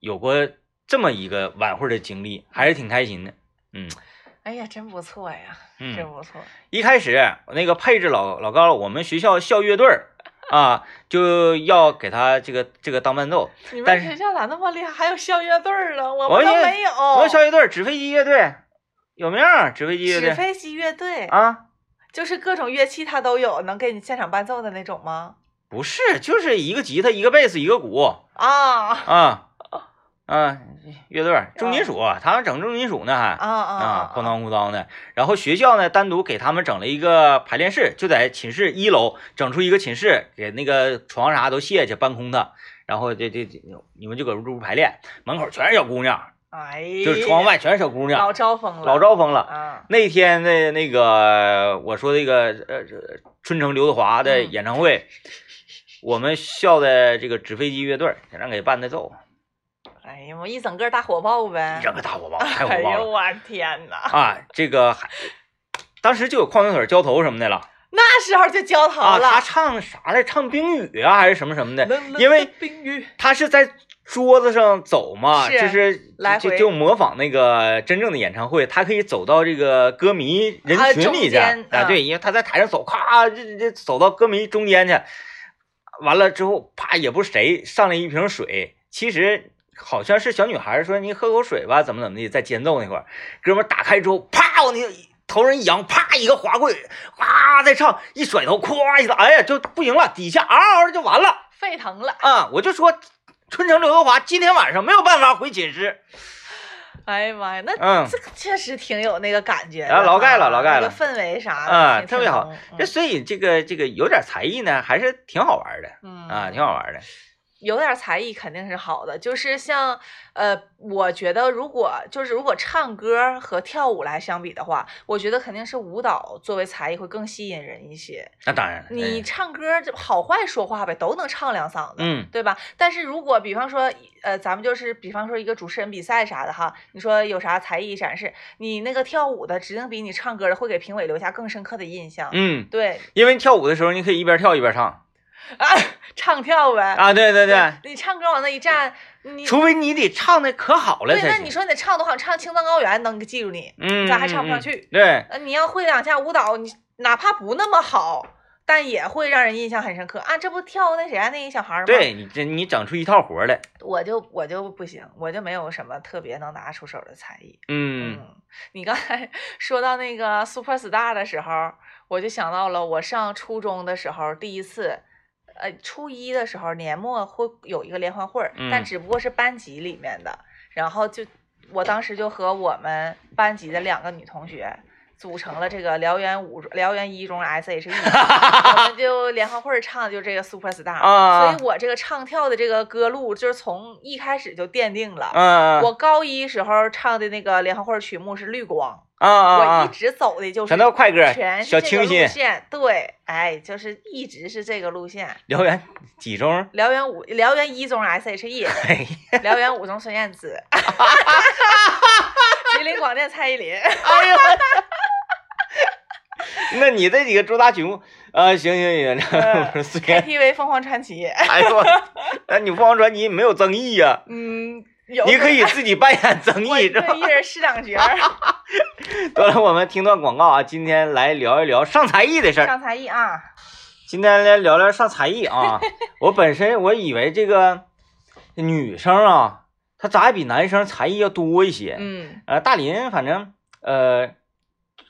Speaker 1: 有过这么一个晚会的经历，还是挺开心的。嗯
Speaker 2: 哎呀，真不错呀，真
Speaker 1: 嗯，
Speaker 2: 不错，
Speaker 1: 一开始那个配置老老高了，我们学校校乐队儿啊，就要给他这个这个当伴奏。
Speaker 2: 你
Speaker 1: 但
Speaker 2: 们
Speaker 1: 是
Speaker 2: 学校咋那么厉害？还有校乐队儿呢，我
Speaker 1: 我
Speaker 2: 们都
Speaker 1: 也
Speaker 2: 没有，
Speaker 1: 我们小乐队儿纸飞机乐队有名儿，纸飞机乐
Speaker 2: 纸
Speaker 1: 队
Speaker 2: 飞机乐队，
Speaker 1: 啊，
Speaker 2: 就是各种乐器它都有，能给你现场伴奏的那种吗？
Speaker 1: 不是，就是一个吉他，一个贝斯，一个鼓
Speaker 2: 啊啊
Speaker 1: 啊啊，乐队儿重金属，他们整重金属呢还
Speaker 2: 啊
Speaker 1: 啊，哐！当哐当的。然后学校呢，单独给他们整了一个排练室，就在寝室一楼整出一个寝室，给那个床啥都卸下，搬空它。然后这这这，你们就搁屋排练，门口全是小姑娘，
Speaker 2: 哎呀，
Speaker 1: 就是窗外全是小姑娘，
Speaker 2: 老招风了，
Speaker 1: 老招风了。
Speaker 2: 啊，
Speaker 1: 那天的那个我说这个呃春城刘德华的
Speaker 2: 嗯
Speaker 1: 演唱会，我们校的这个纸飞机乐队儿想让给办的奏，
Speaker 2: 哎呀，我一整个大火爆呗，
Speaker 1: 整个大火爆，太
Speaker 2: 哎
Speaker 1: 火爆了、
Speaker 2: 呦我天哪，
Speaker 1: 啊！这个还当时就有矿泉水浇头什么的了
Speaker 2: 那时候就焦
Speaker 1: 啊，
Speaker 2: 糖了，
Speaker 1: 他唱啥来？唱冰雨啊，还是什么什么的？
Speaker 2: 冷冷
Speaker 1: 因为
Speaker 2: 的冰雨，
Speaker 1: 他是在桌子上走嘛，
Speaker 2: 是
Speaker 1: 就是
Speaker 2: 来
Speaker 1: 就
Speaker 2: 回
Speaker 1: 就模仿那个真正的演唱会，他可以走到这个歌迷人
Speaker 2: 啊
Speaker 1: 群里
Speaker 2: 中
Speaker 1: 去
Speaker 2: 间
Speaker 1: 啊，
Speaker 2: 嗯
Speaker 1: 对，因为他在台上走，咵，这这走到歌迷中间去，完了之后，啪，也不是谁上来一瓶水，其实。好像是小女孩说：“你喝口水吧，怎么怎么的。”在间奏那块儿，哥们儿打开之后，啪，往那个头上一扬，啪一个滑跪，哗再唱，一甩头，咵一打，哎呀，就不行了，底下嗷嗷就完了。
Speaker 2: 沸腾了。
Speaker 1: 啊，我就说春城刘德华今天晚上没有办法回寝室，
Speaker 2: 哎呀妈呀，那
Speaker 1: 嗯，
Speaker 2: 这个确实挺有那个感觉的
Speaker 1: 啊劳盖了
Speaker 2: 啊
Speaker 1: 劳盖
Speaker 2: 那
Speaker 1: 了
Speaker 2: 个氛围啥的，
Speaker 1: 啊
Speaker 2: 挺
Speaker 1: 特别好。
Speaker 2: 挺浓
Speaker 1: 这所以这个这个有点才艺呢，还是挺好玩的
Speaker 2: 嗯
Speaker 1: 啊，
Speaker 2: 嗯
Speaker 1: 挺好玩的。
Speaker 2: 有点才艺肯定是好的，就是像呃，我觉得如果就是如果唱歌和跳舞来相比的话，我觉得肯定是舞蹈作为才艺会更吸引人一些。
Speaker 1: 那当然了，
Speaker 2: 你
Speaker 1: 哎
Speaker 2: 唱歌这好坏说话呗，都能唱两嗓子。
Speaker 1: 嗯
Speaker 2: 对吧？但是如果比方说，呃，咱们就是比方说一个主持人比赛啥的哈，你说有啥才艺展示，你那个跳舞的指定比你唱歌的会给评委留下更深刻的印象。
Speaker 1: 嗯，
Speaker 2: 对
Speaker 1: 因为跳舞的时候你可以一边跳一边唱
Speaker 2: 啊， 唱跳呗。
Speaker 1: 啊，对对
Speaker 2: 对
Speaker 1: 对，
Speaker 2: 你唱歌往那一站，你
Speaker 1: 除非你得唱的可好了
Speaker 2: 对，那
Speaker 1: 才
Speaker 2: 你
Speaker 1: 行。
Speaker 2: 说你得唱多好，唱《青藏高原》能记住你。
Speaker 1: 嗯，
Speaker 2: 咋还唱不上
Speaker 1: 嗯嗯
Speaker 2: 去
Speaker 1: 对，
Speaker 2: 呃，你要会两下舞蹈，你哪怕不那么好，但也会让人印象很深刻啊！这不跳那谁啊那一小孩儿吗？，
Speaker 1: 对你这你整出一套活来，
Speaker 2: 我就我就不行，我就没有什么特别能拿出手的才艺。
Speaker 1: 嗯，
Speaker 2: 你刚才 说到那个 Super Star 的时候，我就想到了我上初中的时候第一次，呃，初一的时候年末会有一个联欢会儿，但
Speaker 1: 嗯
Speaker 2: 只不过是班级里面的，然后就我当时就和我们班级的两个女同学。组成了这个辽源五辽源一中 S.H.E，我 E 们就联欢会儿唱的就这个 Super Star，、
Speaker 1: 啊
Speaker 2: 所以我这个唱跳的这个歌路就是从一开始就奠定了。
Speaker 1: 啊
Speaker 2: 我高一时候唱的那个联欢会曲目是《绿光
Speaker 1: 啊》，啊
Speaker 2: 我一
Speaker 1: 啊，
Speaker 2: 直走的就是
Speaker 1: 全都快歌，
Speaker 2: 全
Speaker 1: 小
Speaker 2: 是这个
Speaker 1: 清新
Speaker 2: 路，线，对，哎，就是一直是这个路线。
Speaker 1: 辽源几中？
Speaker 2: 辽源五、辽源一中 S.H.E，
Speaker 1: 哎，
Speaker 2: 辽源五中孙燕 姿， 吉林广电蔡 依林，
Speaker 1: 哎呦，那你这几个主打曲目啊，行行行，
Speaker 2: 嗯
Speaker 1: 我说虽然，
Speaker 2: KTV 凤凰传奇，
Speaker 1: 哎呦我，那你凤凰传奇没有争议 呀、
Speaker 2: 嗯，有
Speaker 1: 你可以自己扮演争
Speaker 2: 我
Speaker 1: 议
Speaker 2: 一
Speaker 1: 是吧
Speaker 2: 个？一人试两角儿，
Speaker 1: 得了，我们听段广告啊，今天来聊一聊上才艺的事儿。
Speaker 2: 上才艺啊，
Speaker 1: 今天来聊聊上才艺 啊，我本身我以为这个女生啊，她咋也比男生才艺要多一些。
Speaker 2: 嗯，
Speaker 1: 呃，大林反正呃，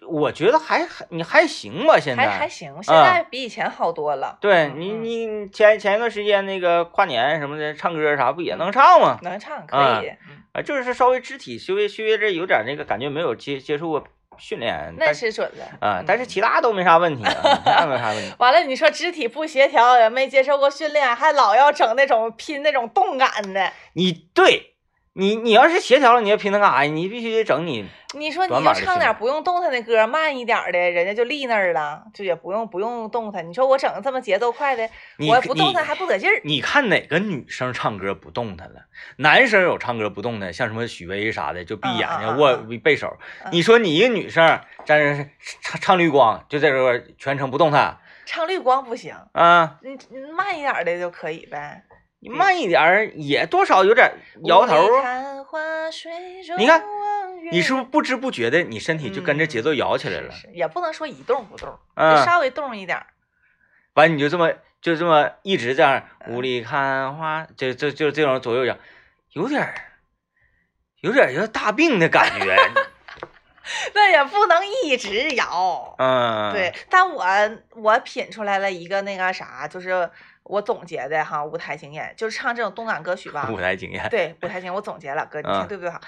Speaker 1: 我觉得还还你还行吧，现在
Speaker 2: 还还行，现在比以前好多了，
Speaker 1: 啊对
Speaker 2: 嗯
Speaker 1: 你，
Speaker 2: 嗯
Speaker 1: 你前前一段时间那个跨年什么的，唱歌啥不也能唱吗？
Speaker 2: 能唱可以，嗯
Speaker 1: 啊，就是稍微肢体稍微稍微这有点那个感觉，没有接接受过训练，
Speaker 2: 那
Speaker 1: 但是
Speaker 2: 是准的
Speaker 1: 啊，但是
Speaker 2: 嗯。
Speaker 1: 其他都没啥问题啊，其他没啥问题
Speaker 2: 完了，你说肢体不协调，也没接受过训练，还老要整那种拼那种动感的。
Speaker 1: 你对你你要是协调了，你要拼它干啥呀？你必须得整你
Speaker 2: 你说你
Speaker 1: 短
Speaker 2: 就
Speaker 1: 板的
Speaker 2: 唱
Speaker 1: 训
Speaker 2: 点
Speaker 1: 练
Speaker 2: 不用动弹的歌，慢一点的，人家就立那儿了，就也不用不用动弹。你说我整这么节奏快的，
Speaker 1: 你
Speaker 2: 我不
Speaker 1: 你
Speaker 2: 动弹还不得劲儿。
Speaker 1: 你看哪个女生唱歌不动弹了？男生有唱歌不动弹，像什么许巍啥的，就闭眼
Speaker 2: 嗯嗯
Speaker 1: 睛
Speaker 2: 嗯
Speaker 1: 握
Speaker 2: 嗯
Speaker 1: 背手
Speaker 2: 嗯。
Speaker 1: 你说你一个女生在这儿唱唱绿光，就在这块儿全程不动弹
Speaker 2: 唱绿光不行，
Speaker 1: 啊？
Speaker 2: 你你慢一点的就可以呗。
Speaker 1: 你慢一点儿也多少有点摇头
Speaker 2: 雾里
Speaker 1: 儿。啊
Speaker 2: 看花水中
Speaker 1: 你看
Speaker 2: 望月
Speaker 1: 你是不是不知不觉的，你身体就跟着节
Speaker 2: 嗯
Speaker 1: 奏摇起来了
Speaker 2: 是？是也不能说一动不动，就
Speaker 1: 嗯，
Speaker 2: 稍微动一点儿。
Speaker 1: 完你就这么就这么一直这样，
Speaker 2: 嗯
Speaker 1: 雾里看花，就就就这种左右摇，有点儿有点儿有点大病的感 觉。
Speaker 2: 那也不能一直摇。
Speaker 1: 嗯，
Speaker 2: 对，，但我我品出来了一个那个啥，就是我总结的哈舞台经验，就是唱这种动感歌曲吧。
Speaker 1: 舞台经验。
Speaker 2: 对舞台经验，我总结了，哥，你
Speaker 1: 啊
Speaker 2: 听对不对哈？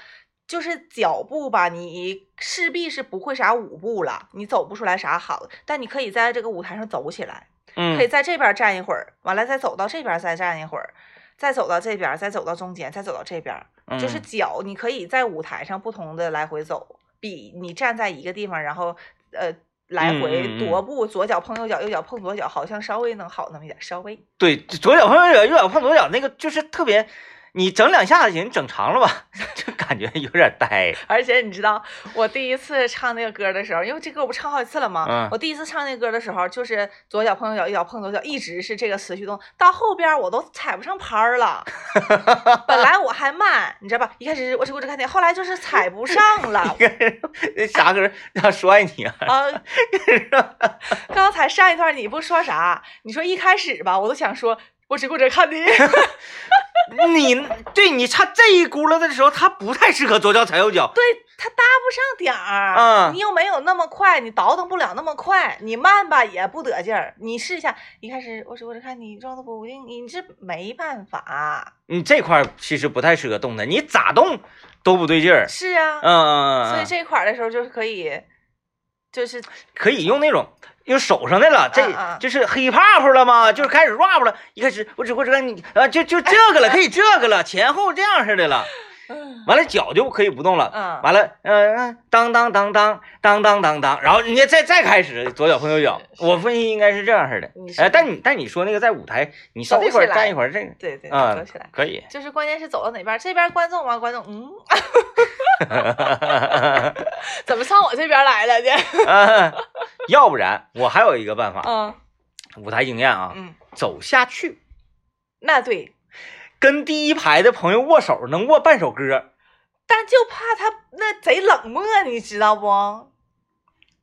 Speaker 2: 就是脚步吧，你势必是不会啥舞步了，你走不出来啥好的，但你可以在这个舞台上走起来，
Speaker 1: 嗯
Speaker 2: 可以在这边站一会儿，完了再走到这边再站一会儿，再走到这边，再走到中间，再走到这边，就是
Speaker 1: 嗯
Speaker 2: 脚，你可以在舞台上不同的来回走，比你站在一个地方，然后呃来
Speaker 1: 嗯嗯
Speaker 2: 回
Speaker 1: 嗯
Speaker 2: 踱步，左脚碰右脚，右脚碰左脚，好像稍微能好那么一点，稍微。
Speaker 1: 对左脚碰右脚，右脚碰左脚，那个就是特别，你整两下子行，你整长了吧， 就感觉有点呆。
Speaker 2: 而且你知道，我第一次唱那个歌的时候，因为这歌我不唱好几次了吗？
Speaker 1: 嗯
Speaker 2: 我第一次唱那个歌的时候，就是左脚碰右脚，右脚碰左脚，一直是这个持续动，到后边儿我都踩不上拍儿了。 本来我还慢，你知道吧？一开始是我只顾着看天，后来就是踩不 上了，
Speaker 1: 那啥歌让摔你啊？
Speaker 2: 啊，
Speaker 1: 呃
Speaker 2: 刚 才上一段你不说啥？你说一开始吧，我都想说，我只顾着看你。
Speaker 1: 你对你差这一轱辘的时候，他不太适合左脚踩右脚。
Speaker 2: 对他搭不上点儿，
Speaker 1: 嗯
Speaker 2: 你又没有那么快，你倒腾不了那么快，你慢吧也不得劲儿。你试一下，一开始我说我这看你状态不定，你这没办法。
Speaker 1: 你这块儿其实不太适合动的，你咋动都不对劲儿。
Speaker 2: 是啊，
Speaker 1: 嗯嗯嗯
Speaker 2: 所以
Speaker 1: 嗯，
Speaker 2: 这块儿的时候就是可以，就是
Speaker 1: 可以用那种用手上的了，这
Speaker 2: 嗯嗯
Speaker 1: 就是黑 p o p 了吗？就是开始 rap 了，一开始我只我只看你啊，就就这个了，可以这个了，前后这样式的了。
Speaker 2: 嗯
Speaker 1: 完了脚就可以不动了，
Speaker 2: 嗯
Speaker 1: 完了，嗯、呃，当当当当当当当当，然后人家再再开始左脚碰右脚，我分析应该是这样式的
Speaker 2: 你。是
Speaker 1: 哎，但你但你说那个在舞台，你稍
Speaker 2: 走
Speaker 1: 这块
Speaker 2: 起来
Speaker 1: 站一会儿，这个
Speaker 2: 对对，
Speaker 1: 啊
Speaker 2: 走起来。
Speaker 1: 可以。
Speaker 2: 就是关键是走到哪边儿，这边观众完，观众嗯， 怎么上我这边来了呢？
Speaker 1: 啊，要不然我还有一个办法，
Speaker 2: 嗯
Speaker 1: 舞台经验啊，
Speaker 2: 嗯，
Speaker 1: 走下去，
Speaker 2: 那对，
Speaker 1: 跟第一排的朋友握手，能握半首歌。
Speaker 2: 但就怕他那贼冷漠，你知道不？
Speaker 1: 啊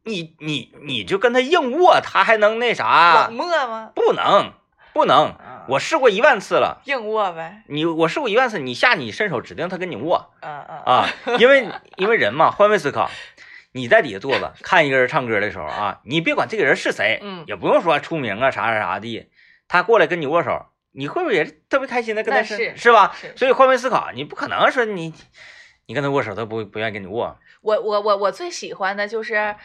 Speaker 1: 你你你就跟他硬握，他还能那啥
Speaker 2: 冷？漠吗？
Speaker 1: 不能不能，
Speaker 2: 啊
Speaker 1: 我试过一万次了。
Speaker 2: 硬握呗，
Speaker 1: 你我试过一万次，你下你伸手，指定他跟你握
Speaker 2: 嗯嗯啊
Speaker 1: 啊，因为因为人嘛，换位思考。你在底下坐着看一个人唱歌的时候啊，你别管这个人是谁，
Speaker 2: 嗯
Speaker 1: 也不用说出名啊啥啥啥地，他过来跟你握手，你会不会也是特别开心的跟他
Speaker 2: 那是
Speaker 1: 是吧？
Speaker 2: 是
Speaker 1: 所以换位思考，你不可能说你你跟他握手，他不不愿意跟你握，
Speaker 2: 我我我我最喜欢的就是。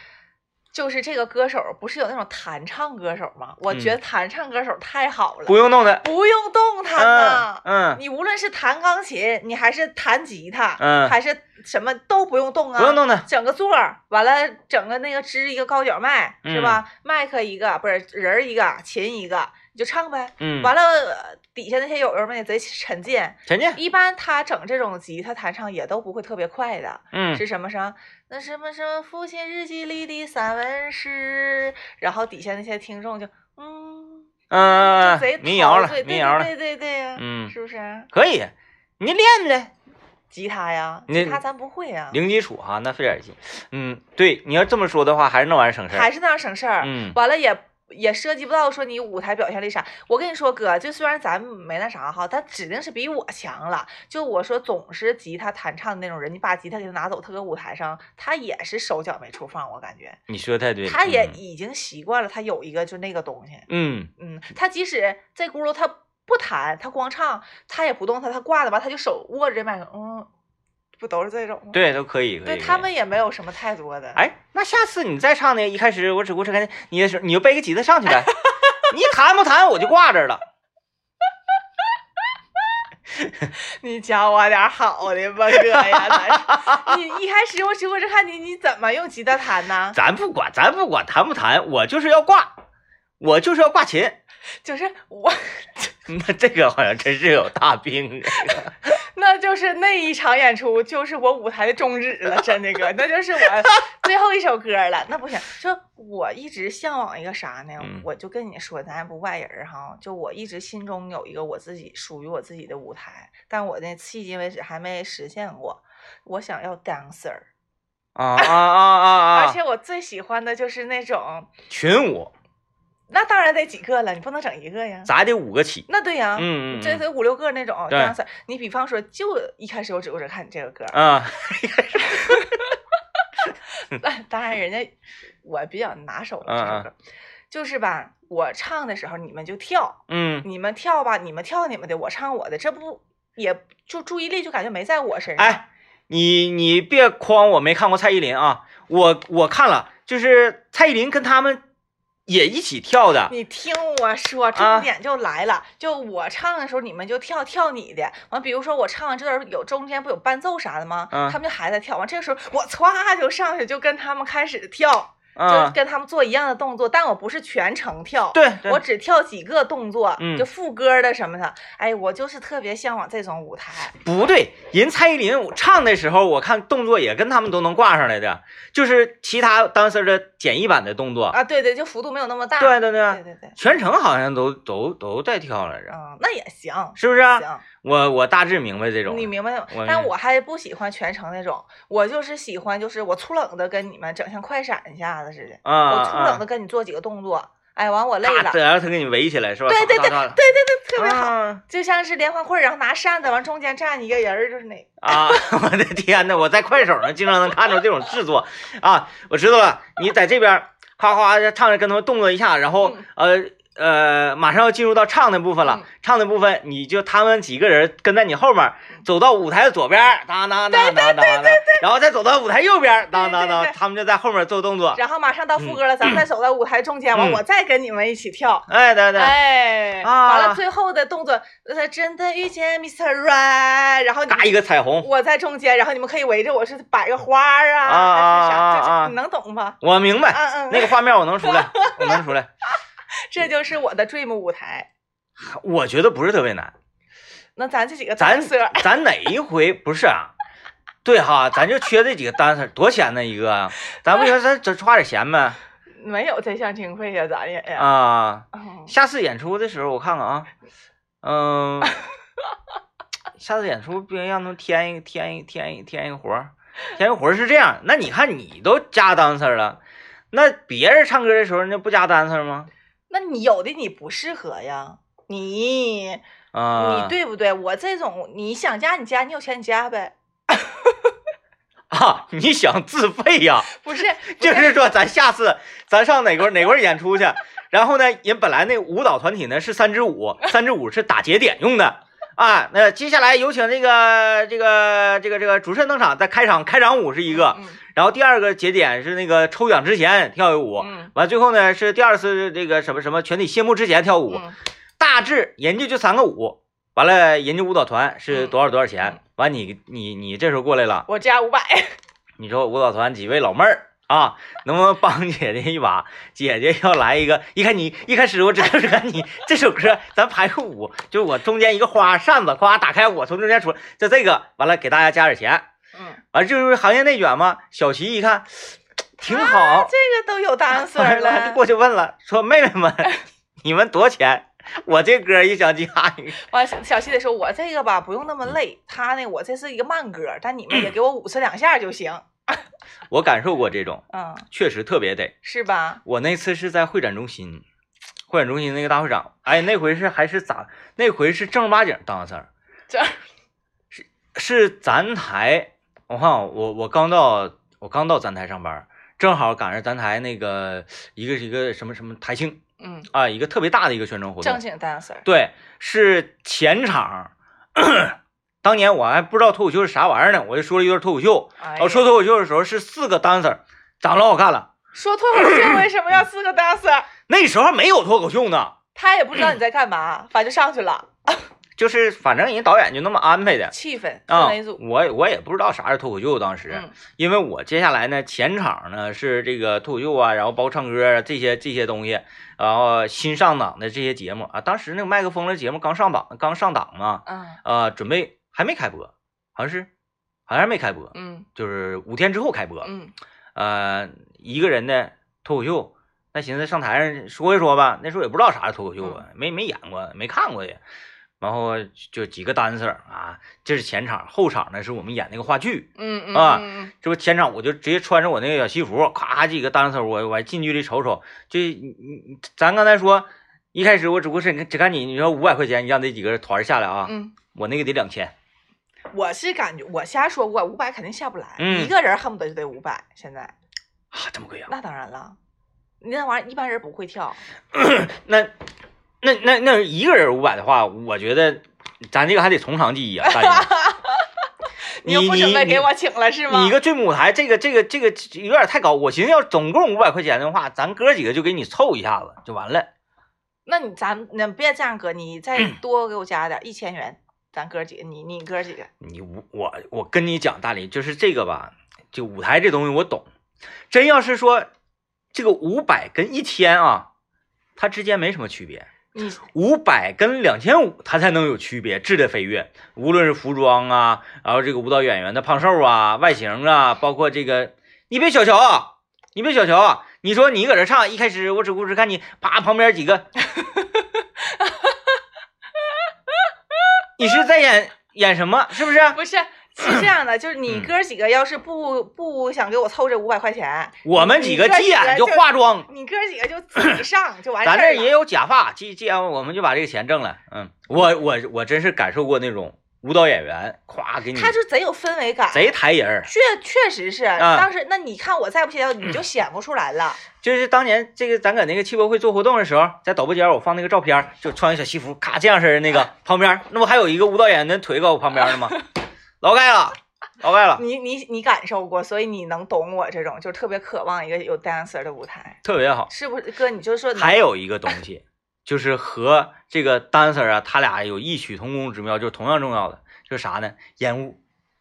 Speaker 2: 就是这个歌手，不是有那种弹唱歌手吗？我觉得弹唱歌手太好了，
Speaker 1: 嗯不用弄他。
Speaker 2: 不用动弹
Speaker 1: 嗯
Speaker 2: 呐。
Speaker 1: 嗯，
Speaker 2: 你无论是弹钢琴，你还是弹吉他，
Speaker 1: 嗯
Speaker 2: 还是什么都不用动啊，
Speaker 1: 不用弄他。
Speaker 2: 整个座儿，完了整个那个支一个高脚麦是吧？
Speaker 1: 嗯
Speaker 2: 麦克一个，不是人儿一个，琴一个，你就唱呗。
Speaker 1: 嗯，
Speaker 2: 完了，呃底下那些友友们也贼沉浸。
Speaker 1: 陈进，
Speaker 2: 一般他整这种吉他弹唱也都不会特别快的，
Speaker 1: 嗯
Speaker 2: 是什么啥？那什么什么父亲日记里的散文诗，然后底下那些听众就嗯，
Speaker 1: 嗯
Speaker 2: 就贼，
Speaker 1: 民谣
Speaker 2: 陶
Speaker 1: 了
Speaker 2: 醉，
Speaker 1: 民谣了，
Speaker 2: 对对对对呀，
Speaker 1: 嗯
Speaker 2: 是不是？
Speaker 1: 可以，你练呗，
Speaker 2: 吉他呀，
Speaker 1: 那
Speaker 2: 吉他咱不会啊呀，
Speaker 1: 零基础哈，那费点劲。嗯，对，你要这么说的话，还是那玩意儿省事
Speaker 2: 还
Speaker 1: 儿。
Speaker 2: 是那样省事儿。
Speaker 1: 嗯
Speaker 2: 完了也也涉及不到说你舞台表现力啥。我跟你说，哥，就虽然咱没那啥哈，但指定是比我强了。就我说，总是吉他弹唱的那种人，你把吉他给他拿走，他搁舞台上，他也是手脚没处放，我感觉
Speaker 1: 你说得太对了。
Speaker 2: 他也
Speaker 1: 嗯
Speaker 2: 已经习惯了，他有一个就那个东西。
Speaker 1: 嗯，
Speaker 2: 嗯，他即使这轱辘他不弹，他光唱，他也不动他，他挂的吧，他就手握着这麦克，嗯，不都是这种吗？
Speaker 1: 对，都可以。可
Speaker 2: 对
Speaker 1: 以
Speaker 2: 他。
Speaker 1: 可以
Speaker 2: 们也没有什么太多的。
Speaker 1: 哎，那下次你再唱那个，一开始我只顾着看见你的时候，你就背个吉他上去 呗。你弹不弹，我就挂这儿了。
Speaker 2: 你教我点好的吧，哥呀！咱是你一开始我直播是看你你怎么用吉他弹呢？
Speaker 1: 咱不管，咱不管弹不弹，我就是要挂，我就是要挂琴。
Speaker 2: 就是我，
Speaker 1: 那这个好像真是有大病。
Speaker 2: 那就是那一场演出就是我舞台的宗旨了，真的哥，那就是我最后一首歌了。那不行，就我一直向往一个啥呢？
Speaker 1: 嗯
Speaker 2: 我就跟你说，咱也不外人儿哈，就我一直心中有一个我自己属于我自己的舞台，但我呢，迄今为止还没实现过。我想要 dancer，、
Speaker 1: 啊 啊啊啊
Speaker 2: 而
Speaker 1: 啊！
Speaker 2: 且我最喜欢的就是那种。
Speaker 1: 群舞，
Speaker 2: 那当然得几个了，你不能整一个呀。
Speaker 1: 咱得五个起。
Speaker 2: 那对呀，
Speaker 1: 嗯嗯，
Speaker 2: 这
Speaker 1: 嗯
Speaker 2: 得五六个那种
Speaker 1: 对
Speaker 2: dancer。你比方说，就一开始我只顾着看你这个歌儿，
Speaker 1: 啊，
Speaker 2: 那当然人家我比较拿手的这
Speaker 1: 嗯嗯嗯
Speaker 2: 首歌，就是吧，我唱的时候你们就跳，
Speaker 1: 嗯，
Speaker 2: 你们跳吧，你们跳你们的，我唱我的，这不也就注意力就感觉没在我身上。
Speaker 1: 哎，你你别诓我没看过蔡依林啊，我我看了，就是蔡依林跟他们也一起跳的。
Speaker 2: 你听我说，
Speaker 1: 啊
Speaker 2: 重点就来了。就我唱的时候，你们就跳跳你的。完，比如说我唱完这段儿有中间不有伴奏啥的吗？
Speaker 1: 嗯
Speaker 2: 他们就还在跳。完，这个时候我歘就上去，就跟他们开始跳，就
Speaker 1: 啊，
Speaker 2: 跟他们做一样的动作，但我不是全程跳。
Speaker 1: 对，对
Speaker 2: 我只跳几个动作，
Speaker 1: 嗯
Speaker 2: 就副歌的什么的。哎，我就是特别向往这种舞台。
Speaker 1: 不对，人蔡依林我唱的时候，我看动作也跟他们都能挂上来的，就是其他 dancer 的简易版的动作。
Speaker 2: 啊，对对，就幅度没有那么大。
Speaker 1: 对对对
Speaker 2: 对，对对
Speaker 1: 全程好像都都都在跳来着，
Speaker 2: 嗯，那也行。
Speaker 1: 是不是啊？
Speaker 2: 行，
Speaker 1: 我我大致明白这种。
Speaker 2: 你明白吗
Speaker 1: 我？明
Speaker 2: 但
Speaker 1: 白
Speaker 2: 我还不喜欢全程那种，我就是喜欢就是我粗冷的跟你们整像快闪一下子似的，
Speaker 1: 啊，
Speaker 2: 我粗冷的
Speaker 1: 啊
Speaker 2: 跟你做几个动作，哎，完我累
Speaker 1: 咔
Speaker 2: 了，
Speaker 1: 然后他给你围起来是吧？
Speaker 2: 对对对
Speaker 1: 哒哒哒
Speaker 2: 对对对，特别好，
Speaker 1: 啊
Speaker 2: 就像是联欢会，然后拿扇子往中间站一个人儿，就是那
Speaker 1: 啊！ 我的天呐，我在快手上经常能看着这种制作啊！我知道了，你在这边夸夸唱着跟他们动作一下，然后呃呃，马上要进入到唱的部分了
Speaker 2: 嗯。
Speaker 1: 唱的部分你就他们几个人跟在你后面，
Speaker 2: 嗯
Speaker 1: 走到舞台的左边，当当当当当，然后再走到舞台右边，当当
Speaker 2: 对对
Speaker 1: 当，
Speaker 2: 对
Speaker 1: 他们就在后面做动作。
Speaker 2: 然后马上到副歌了，咱们再走到舞台中间，完、
Speaker 1: 啊嗯
Speaker 2: 我再跟你们一起跳。
Speaker 1: 哎，对对，
Speaker 2: 哎，
Speaker 1: 啊
Speaker 2: 完了最后的动作，呃，真的遇见 Mr. Right，然后你
Speaker 1: 嘎一个彩虹。
Speaker 2: 我在中间，然后你们可以围着我是摆个花儿啊，
Speaker 1: 啊啊
Speaker 2: 还是啥，
Speaker 1: 啊
Speaker 2: 这
Speaker 1: 啊
Speaker 2: 这你能懂吗？
Speaker 1: 我明白，
Speaker 2: 嗯嗯，
Speaker 1: 那个画面我能出 来，我能出来。
Speaker 2: 这就是我的 dream 舞台。
Speaker 1: 我觉得不是特别难，
Speaker 2: 那咱这几个
Speaker 1: 咱
Speaker 2: 单色儿，
Speaker 1: 咱哪一回不是啊？对哈，咱就缺这几个单词，多钱呢一个啊？咱不行，咱咱花点钱呗
Speaker 2: 没有这项经费呀，咱也呀。
Speaker 1: 啊！
Speaker 2: 嗯
Speaker 1: 下次演出的时候我看看啊，嗯、下次演出不行，让他们添一个添一个添一个添一个活儿，添一个活儿是这样。那你看你都加单词了，那别人唱歌的时候那不加单词吗？
Speaker 2: 那你有的你不适合呀，你
Speaker 1: 啊、
Speaker 2: 你对不对？我这种你想加你加，你有钱你加呗。
Speaker 1: 啊，你想自费呀、
Speaker 2: 不是，不
Speaker 1: 就是说，咱下次咱上哪国哪国演出去，然后呢，人本来那舞蹈团体呢是三支舞，三支舞是打节点用的啊。那接下来有请这个这个这个这个主持人登场，在开场开场舞是一个，
Speaker 2: 嗯
Speaker 1: 然后第二个节点是那个抽奖之前跳一舞，
Speaker 2: 嗯
Speaker 1: 完最后呢是第二次这个什么什么全体谢幕之前跳舞，
Speaker 2: 嗯
Speaker 1: 大致人家就三个舞。完了，人家舞蹈团是
Speaker 2: 嗯
Speaker 1: 多少多少钱？完你你你这时候过来了，
Speaker 2: 我加五百，
Speaker 1: 哎你说舞蹈团几位老妹儿啊，能不能帮姐姐一把？姐姐要来一个，一看你一开始我只看是看你这首歌，咱排个舞，就是我中间一个花扇子，夸打开我从中间出来，就这个完了给大家加点钱，
Speaker 2: 嗯，
Speaker 1: 完了就是行业内卷嘛。小齐一看挺
Speaker 2: 啊
Speaker 1: 好，
Speaker 2: 这个都有单色
Speaker 1: 完
Speaker 2: 儿
Speaker 1: 了就
Speaker 2: 了。
Speaker 1: 过去问了，说妹妹 们，你们多少钱？我这歌一想加一个
Speaker 2: 完，小小西得说，我这个吧不用那么
Speaker 1: 嗯
Speaker 2: 累，他呢，我这是一个慢歌，但你 们也给我五次两下就行，
Speaker 1: 我感受过这种，
Speaker 2: 嗯，
Speaker 1: 确实特别得。
Speaker 2: 是吧？
Speaker 1: 我那次是在会展中心，会展中心那个大会场，哎，那回是还是咋？那回是正儿八经当事儿，
Speaker 2: 这
Speaker 1: 是咱台。我看啊我我刚到我刚到咱台上班，正好赶上咱台那个一个一个什么什么台庆
Speaker 2: 嗯，
Speaker 1: 啊，一个特别大的一个宣传活
Speaker 2: 正
Speaker 1: 动。
Speaker 2: 经单色儿，
Speaker 1: 对，是前场。 当年我还不知道脱口秀是啥玩意儿呢，我就说了一段脱口秀。
Speaker 2: 哎呀
Speaker 1: 我哦说脱口秀的时候是四个 dancer，长老好看了。
Speaker 2: 说脱口秀为什么要四个单色儿？
Speaker 1: 那时候还没有脱口秀呢，
Speaker 2: 他也不知道你在干嘛，反正就上去了，
Speaker 1: 就是反正人导演就那么安排的
Speaker 2: 气氛氛
Speaker 1: 啊
Speaker 2: 围。组，
Speaker 1: 我也我也不知道啥是脱口秀，当时
Speaker 2: 嗯，
Speaker 1: 因为我接下来呢，前场呢是这个脱口秀啊，然后包括唱歌啊这些这些东西，然后新上档的这些节目啊，当时那个麦克风的节目刚上榜，刚上档嘛，
Speaker 2: 嗯
Speaker 1: 呃，准备还没开播，好像是好像还没开播，
Speaker 2: 嗯
Speaker 1: 就是五天之后开播。
Speaker 2: 嗯
Speaker 1: 呃，一个人的脱口秀，那寻思上台上说一说吧，那时候也不知道啥是脱口秀啊，没没演过，没看过也。然后就几个 dancer 啊，这是前场，后场呢是我们演那个话剧，
Speaker 2: 嗯嗯
Speaker 1: 啊
Speaker 2: 嗯
Speaker 1: 这不前场我就直接穿着我那个小西服，咔几个 dancer 我我还近距离瞅瞅，就你你咱刚才说，一开始我只不过是只看你你说五百块钱，你让这几个团儿下来啊，
Speaker 2: 嗯
Speaker 1: 我那个得两千，
Speaker 2: 嗯，我是感觉我瞎说过，五百肯定下不来，
Speaker 1: 嗯
Speaker 2: 一个人恨不得就得五百，现在。
Speaker 1: 啊这么贵啊？
Speaker 2: 那当然了，你那玩意儿一般人不会跳。
Speaker 1: 那那那那一个人五百的话，我觉得咱这个还得从长计议啊，大 姐。
Speaker 2: 又
Speaker 1: 你
Speaker 2: 不
Speaker 1: 你
Speaker 2: 准备
Speaker 1: 你
Speaker 2: 给我请了是吗？
Speaker 1: 你一个最母台，这个这个这个有点太高。我寻思要总共五百块钱的话，咱哥几个就给你凑一下子就完了。
Speaker 2: 那你咱那别这样哥，你再
Speaker 1: 嗯
Speaker 2: 多给我加点一千元，咱哥几个，你你哥几个，
Speaker 1: 你我我我跟你讲，大林就是这个吧，就舞台这东西我懂。真要是说这个五百跟一千啊，它之间没什么区别。
Speaker 2: 你
Speaker 1: 五百跟两千五，它才能有区别，质的飞跃。无论是服装啊，然后这个舞蹈演员的胖瘦啊、外形啊，包括这个，你别小瞧啊，你别小瞧啊。你说你搁这唱，一开始我只顾着看你，啪，旁边几个， 你是在演演什么？是不是？啊
Speaker 2: 不是是这样的，就是你
Speaker 1: 嗯
Speaker 2: 哥几个要是不不想给我凑这五百块钱，
Speaker 1: 我们几个急眼就化妆，
Speaker 2: 你哥几个就自己上就完事
Speaker 1: 咱这
Speaker 2: 儿
Speaker 1: 儿
Speaker 2: 了。
Speaker 1: 也有假发，既既然我们就把这个钱挣了，嗯，我我我真是感受过那种舞蹈演员，咵给你
Speaker 2: 他就贼有氛围感，
Speaker 1: 嗯贼抬人儿，
Speaker 2: 确确实是。
Speaker 1: 啊
Speaker 2: 当时那你看我再不协调，
Speaker 1: 嗯
Speaker 2: 你就显不出来了。
Speaker 1: 就是当年这个咱搁那个汽博会做活动的时候，在导播间我放那个照片儿，就穿个小西服，咔这样式儿的那个，旁边儿那不还有一个舞蹈演员的腿搁我旁边儿呢吗？老盖了，老盖了，
Speaker 2: 你你你感受过，所以你能懂我这种就特别渴望一个有 dancer 的舞台，
Speaker 1: 特别好。
Speaker 2: 是不是？哥，你就说你
Speaker 1: 还有一个东西，就是和这个 dancer 啊，他俩有异曲同工之妙，就是同样重要的，就是啥呢？烟雾，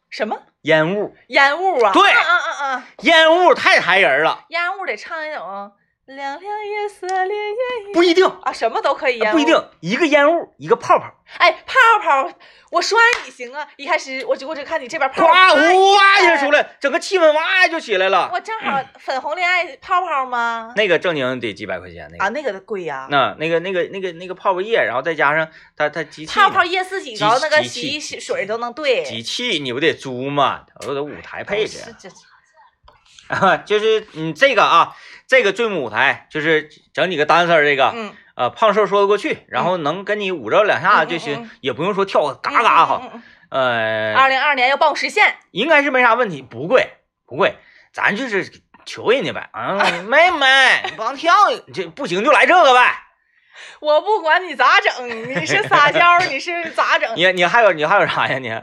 Speaker 2: 什么
Speaker 1: 烟雾，
Speaker 2: 烟雾啊？
Speaker 1: 对
Speaker 2: 啊啊啊啊！
Speaker 1: 烟雾太抬人了，
Speaker 2: 烟雾得唱一种凉凉夜色潋滟
Speaker 1: 不一定，
Speaker 2: 啊，什么都可以烟雾。
Speaker 1: 不一定，一个烟雾，一个泡泡，
Speaker 2: 哎，泡泡，我说你行啊！一开始我就我就看你这边泡泡，
Speaker 1: 咵呜哇一
Speaker 2: 哎
Speaker 1: 下出来，整个气氛哇就起来了。
Speaker 2: 我正好
Speaker 1: 嗯
Speaker 2: 粉红恋爱泡泡吗？
Speaker 1: 那个正经得几百块钱那个。
Speaker 2: 啊，那个贵呀、
Speaker 1: 那那个那个那个那个泡泡液，然后再加上它它机器
Speaker 2: 泡泡
Speaker 1: 呢
Speaker 2: 夜四几
Speaker 1: 机
Speaker 2: 高，那个
Speaker 1: 机
Speaker 2: 洗
Speaker 1: 器
Speaker 2: 衣洗啊水都能兑。
Speaker 1: 机器你不得租吗？都得舞台配置啊
Speaker 2: 哦是，这
Speaker 1: 就是你这个啊，这个最幕舞台就是整几个 dancer 这个，
Speaker 2: 嗯，
Speaker 1: 呃，胖瘦说得过去，然后能跟你舞着两下就
Speaker 2: 嗯嗯
Speaker 1: 行，也不用说跳得嘎嘎好，
Speaker 2: 嗯。二
Speaker 1: 呃，
Speaker 2: 零二年要帮我实现，
Speaker 1: 应该是没啥问题，不贵不贵，咱就是求人家呗，啊，妹妹，你帮跳，这不行就来这个呗。
Speaker 2: 我不管你咋整，你是撒娇，你是咋整，
Speaker 1: 你你还有你还有啥呀你？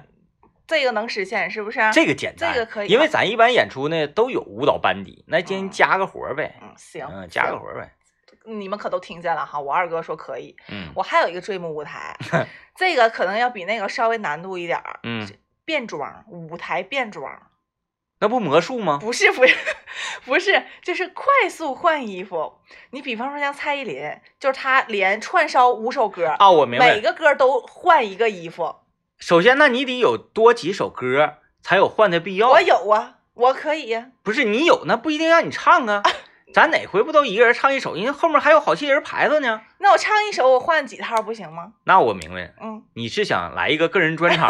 Speaker 2: 这个能实现是不是？
Speaker 1: 这个简单，
Speaker 2: 啊这个可以
Speaker 1: 因为
Speaker 2: 啊
Speaker 1: 咱一般演出呢都有舞蹈班底，那今
Speaker 2: 嗯
Speaker 1: 天加个活儿呗，
Speaker 2: 嗯，行，
Speaker 1: 嗯，加个
Speaker 2: 行
Speaker 1: 活儿呗，
Speaker 2: 你们可都听见了哈，我二哥说可以，
Speaker 1: 嗯
Speaker 2: 我还有一个追梦舞 台，这个可能要比那个稍微难度一点儿，
Speaker 1: 嗯，
Speaker 2: 变装舞台变装，
Speaker 1: 那不魔术吗？
Speaker 2: 不是不是 不是，就是快速换衣服。你比方说像蔡依林，就是她连串烧五首歌，
Speaker 1: 啊，我明
Speaker 2: 每
Speaker 1: 白。哦
Speaker 2: 个歌都换一个衣服。
Speaker 1: 首先，那你得有多几首歌才有换的必要
Speaker 2: 我，有啊，我可以呀、
Speaker 1: 不是你有那不一定让你唱啊，咱哪回不都一个人唱一首？因为后面还有好些人排着呢。
Speaker 2: 那我唱一首，我换几套不行吗？
Speaker 1: 那我明白了，
Speaker 2: 嗯，
Speaker 1: 你是想来一个个人专 场，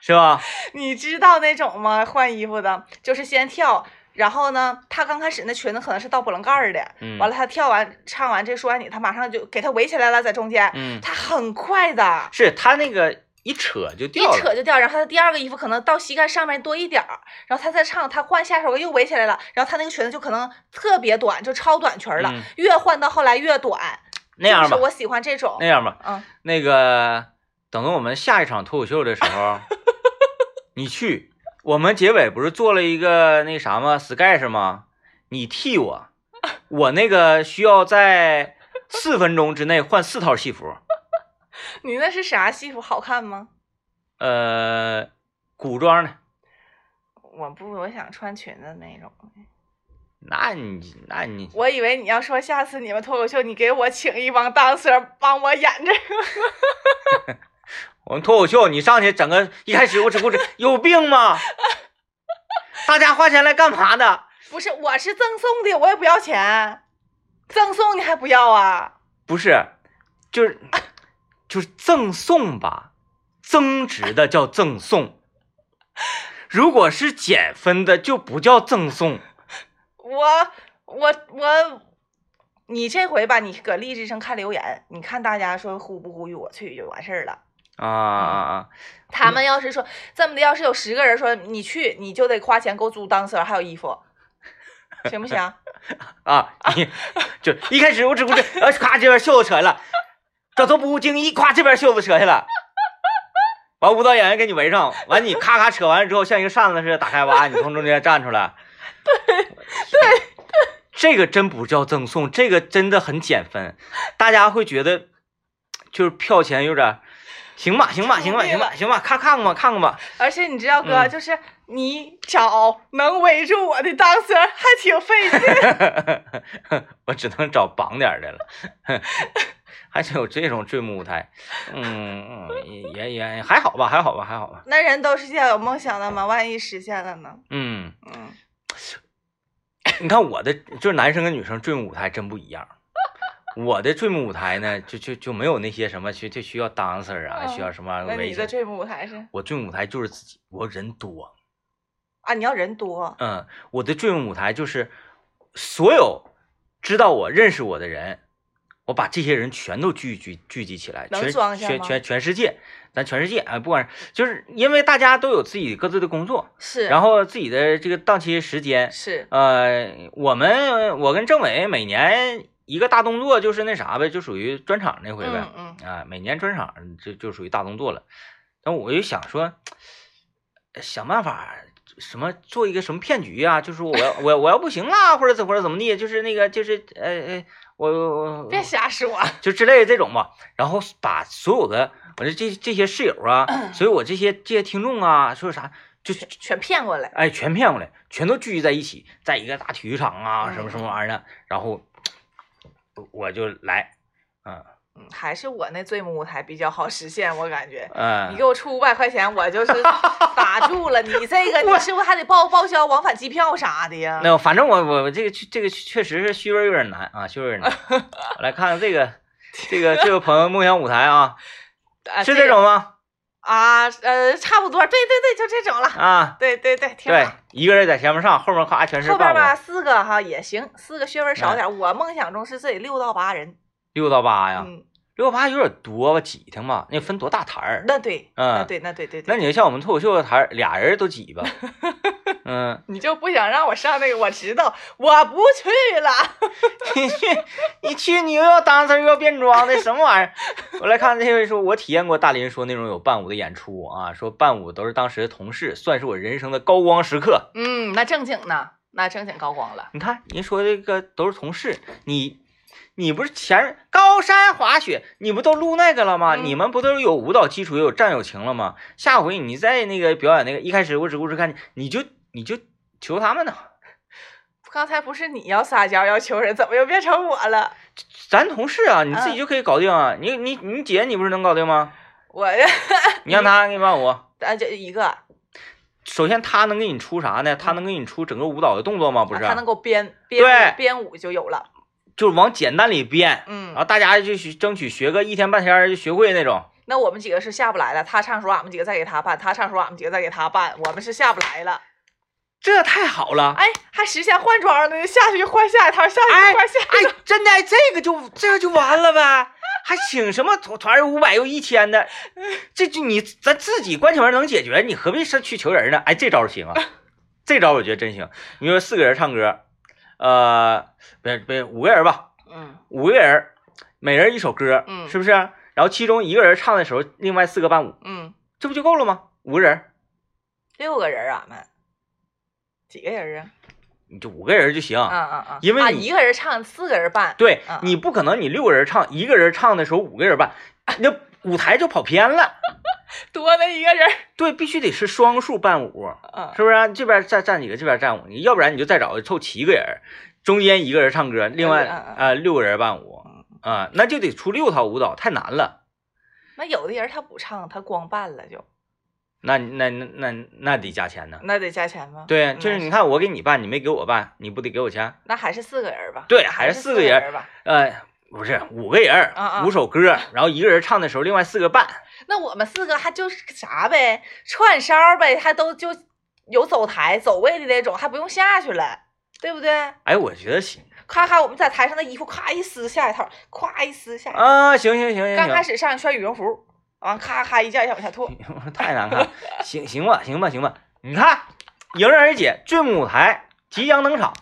Speaker 1: 是吧？
Speaker 2: 你知道那种吗？换衣服的，就是先跳。然后呢，她刚开始那裙子可能是到波棱盖儿的，
Speaker 1: 嗯
Speaker 2: 完了她跳完唱完这说完你，她马上就给她围起来了，在中间，
Speaker 1: 嗯，
Speaker 2: 她很快的，
Speaker 1: 是他那个一扯就
Speaker 2: 一
Speaker 1: 掉了，
Speaker 2: 扯就掉，然后他的第二个衣服可能到膝盖上面多一点儿，然后他再唱，他换下首歌又围起来了，然后他那个裙子就可能特别短，就超短裙儿了，
Speaker 1: 嗯
Speaker 2: 越换到后来越短。
Speaker 1: 那样
Speaker 2: 就
Speaker 1: 吧
Speaker 2: 是，我喜欢这种
Speaker 1: 那，样吧，
Speaker 2: 嗯，
Speaker 1: 那个，等到我们下一场脱口秀的时候，你去。我们结尾不是做了一个那啥吗？sketch 吗？你替我，我那个需要在四分钟之内换四套戏服。
Speaker 2: 你那是啥戏服好看吗？
Speaker 1: 呃，古装的，
Speaker 2: 我不，我想穿裙子那种。
Speaker 1: 那你那你
Speaker 2: 我以为你要说下次你们脱口秀，你给我请一帮 dancer 帮我演这个。
Speaker 1: 我们脱口秀，你上去整个一开始我只顾着有病吗？大家花钱来干嘛的？
Speaker 2: 不是，我是赠送的，我也不要钱，赠送你还不要啊？
Speaker 1: 不是，就是就是赠送吧，增值的叫赠送，如果是减分的就不叫赠送。
Speaker 2: 我我我，你这回吧，你搁励志上看留言，你看大家说呼不呼吁我去就完事儿了。
Speaker 1: 啊啊啊！
Speaker 2: 他们要是说这么的，要是有十个人说你去，你就得花钱给我租当 Sir 还有衣服，行不行？
Speaker 1: 啊，你就一开始我只顾着，呃，咔这边袖子扯下了，这都不经意，夸这边袖子扯下了，完舞蹈演员给你围上，完你咔咔扯完了之后，像一个扇子似的打开哇，你从中间站出来。对对对，这个真不叫赠送，这个真的很减分，大家会觉得就是票钱有点儿，行吧行吧行吧行吧行吧，看看吧看看吧，
Speaker 2: 而且你知道哥，
Speaker 1: 嗯
Speaker 2: 就是你找能围住我的当 Sir 还挺 费劲。
Speaker 1: 我只能找绑点儿的了。 还是有这种坠幕舞台，嗯，嗯也也也还好吧，还好吧，还好吧，
Speaker 2: 那人都是要有梦想的嘛，万一实现了呢？
Speaker 1: 嗯，
Speaker 2: 嗯，
Speaker 1: 你看我的就是男生跟女生坠幕舞台真不一样，我的 dream 舞台呢，就就就没有那些什么需就需要 dancer 啊，
Speaker 2: 嗯
Speaker 1: 需要什么
Speaker 2: 那你
Speaker 1: 维
Speaker 2: 的
Speaker 1: 持。
Speaker 2: 这幕舞台是
Speaker 1: 我 dream 舞台就是自己，我人多，
Speaker 2: 啊，你要人多，
Speaker 1: 嗯，我的 dream 舞台就是所有知道我、认识我的人，我把这些人全都聚聚聚集起来，
Speaker 2: 能
Speaker 1: 全
Speaker 2: 装下
Speaker 1: 全
Speaker 2: 吗
Speaker 1: 全全世界，咱全世界啊，不管是就是因为大家都有自己各自的工作，
Speaker 2: 是，
Speaker 1: 然
Speaker 2: 后
Speaker 1: 后自己的这个档期时间，
Speaker 2: 是
Speaker 1: 呃，我们我跟政委每年一个大动作就是那啥呗，就属于专场那回呗，
Speaker 2: 嗯嗯，
Speaker 1: 啊，每年专场就就属于大动作了。但我就想说，想办法什么做一个什么骗局啊，就是我要我要我要不行啦，或者怎或者怎么地，就是那个就是呃呃，我我我
Speaker 2: 别瞎说，
Speaker 1: 就之类的这种吧。然后把所有的我这这这些室友啊，所以我这些这些听众啊，说啥就
Speaker 2: 全全骗过来，
Speaker 1: 哎， 全骗过来，全都聚集在一起，在一个大体育场啊，什么什么玩意儿的，然后我就来，嗯
Speaker 2: 嗯，还是我那最幕舞台比较好实现，我感觉。你
Speaker 1: 嗯
Speaker 2: 给，我出五百块钱，我就是打住了。你这个，你是不是还得报报销往返机票啥的呀？
Speaker 1: 那我反正我我我这个这个确实是虚位有点难啊，虚位有点难。 我来看看这个这个这个朋友梦想舞台啊，
Speaker 2: 啊
Speaker 1: 是这种吗？
Speaker 2: 啊，呃，差不多，对对对，就这种了。
Speaker 1: 啊，
Speaker 2: 对对对，挺
Speaker 1: 对
Speaker 2: 好。，
Speaker 1: 一个人在前面上，后面咔全是
Speaker 2: 后
Speaker 1: 伴
Speaker 2: 边吧，
Speaker 1: 舞，
Speaker 2: 四个哈也行，四个学位少点。我梦想中是这里六到八人。
Speaker 1: 六到八呀，
Speaker 2: 嗯，
Speaker 1: 六到八有点多吧，挤挺吧，那分多大台儿？
Speaker 2: 那对，
Speaker 1: 嗯
Speaker 2: 那对，那对对
Speaker 1: 那
Speaker 2: 对。
Speaker 1: 你就像我们脱口秀的台儿，俩人都 挤吧，嗯。
Speaker 2: 你就不想让我上那个？我知道，我不去了。
Speaker 1: 你去，你去，你又要当成又要变装的什么玩意儿？ 我来看这位说，我体验过大林说那种有伴舞的演出啊，说伴舞都是当时的同事，算是我人生的高光时刻。
Speaker 2: 嗯，那正经呢？那正经高光了。
Speaker 1: 你看，人说这个都是同事，你你不是前高山滑雪，你不都录那个了吗？
Speaker 2: 嗯
Speaker 1: 你们不都有舞蹈基础，有战友情了吗？下回你再那个表演那个，一开始我只顾着看你，你就你就求他们呢。
Speaker 2: 刚才不是你要撒娇要求人，怎么又变成我了？
Speaker 1: 咱同事啊，你自己
Speaker 2: 嗯
Speaker 1: 就可以搞定啊！你你你姐，你不是能搞定吗？
Speaker 2: 我
Speaker 1: 你让她给你伴舞。
Speaker 2: 啊，就一个，啊
Speaker 1: 首先他能给你出啥呢？他能给你出整个舞蹈的动作吗？不是，
Speaker 2: 他能给我编编
Speaker 1: 对
Speaker 2: 舞编舞就有了。
Speaker 1: 就是往简单里编，
Speaker 2: 嗯
Speaker 1: 然后大家就去争取学个一天半天儿就学会那种。
Speaker 2: 那我们几个是下不来了，他唱首，俺们几个再给他办；他唱首，俺们几个再给他办。我们是下不来了，
Speaker 1: 这太好了！
Speaker 2: 哎，还实现换装了，下去就换下一套，下去
Speaker 1: 哎
Speaker 2: 就换下一套。
Speaker 1: 哎，真的，这个就这个就完了呗，还请什么团团五百又一千的，这就你咱自己关起门能解决，你何必上去求人呢？哎，这招儿行啊，这招儿我觉得真行。你说四个人唱歌，呃，别别五个人吧，
Speaker 2: 嗯
Speaker 1: 五个人儿，每人一首歌，
Speaker 2: 嗯
Speaker 1: 是不是？啊然后其中一个人唱的时候，另外四个伴舞，
Speaker 2: 嗯，
Speaker 1: 这不就够了吗？五个人儿，
Speaker 2: 六个人儿俺们几个人啊？
Speaker 1: 你就五个人就行。
Speaker 2: 啊啊啊！
Speaker 1: 因为
Speaker 2: 啊
Speaker 1: 你
Speaker 2: 一个人唱，四个人办。
Speaker 1: 对
Speaker 2: 啊
Speaker 1: 你不可能，你六个人唱，一个人唱的时候五个人伴，那舞台就跑偏了。
Speaker 2: 多了一个人儿。
Speaker 1: 对，必须得是双数伴舞，
Speaker 2: 嗯
Speaker 1: 是不是、啊这边站站几个，这边站五个，你要不然你就再找凑七个人儿，中间一个人唱歌，另外
Speaker 2: 嗯嗯嗯
Speaker 1: 呃六个人伴舞，
Speaker 2: 嗯
Speaker 1: 啊、那就得出六套舞蹈，太难了。
Speaker 2: 那有的人他不唱，他光办了就，
Speaker 1: 那那那那那得加钱呢。
Speaker 2: 那得加钱吗？，
Speaker 1: 对，啊就
Speaker 2: 那
Speaker 1: 是
Speaker 2: 是
Speaker 1: 你看我给你办，你没给我办，你不得给我钱？
Speaker 2: 那还是四个人儿吧。
Speaker 1: 对，
Speaker 2: 还
Speaker 1: 还是四
Speaker 2: 个
Speaker 1: 个人儿，
Speaker 2: 儿吧。
Speaker 1: 呃，不是五个人儿
Speaker 2: 啊啊，
Speaker 1: 五首歌，然后一个人唱的时候，另外四个伴。
Speaker 2: 那我们四个还就是啥呗，串烧儿呗，还都就有走台走位的那种，还不用下去了，对不对？
Speaker 1: 哎，我觉得行
Speaker 2: 咔咔，我们在台上的衣服咔一撕下一套，咵一撕下一套。
Speaker 1: 啊，行行行
Speaker 2: 嗯刚开
Speaker 1: 行
Speaker 2: 始上穿羽绒服，完咔咔一件一件往下脱。
Speaker 1: 行， 太难看了，行行吧行吧行吧，你看迎刃而解，dream 舞台即将登场。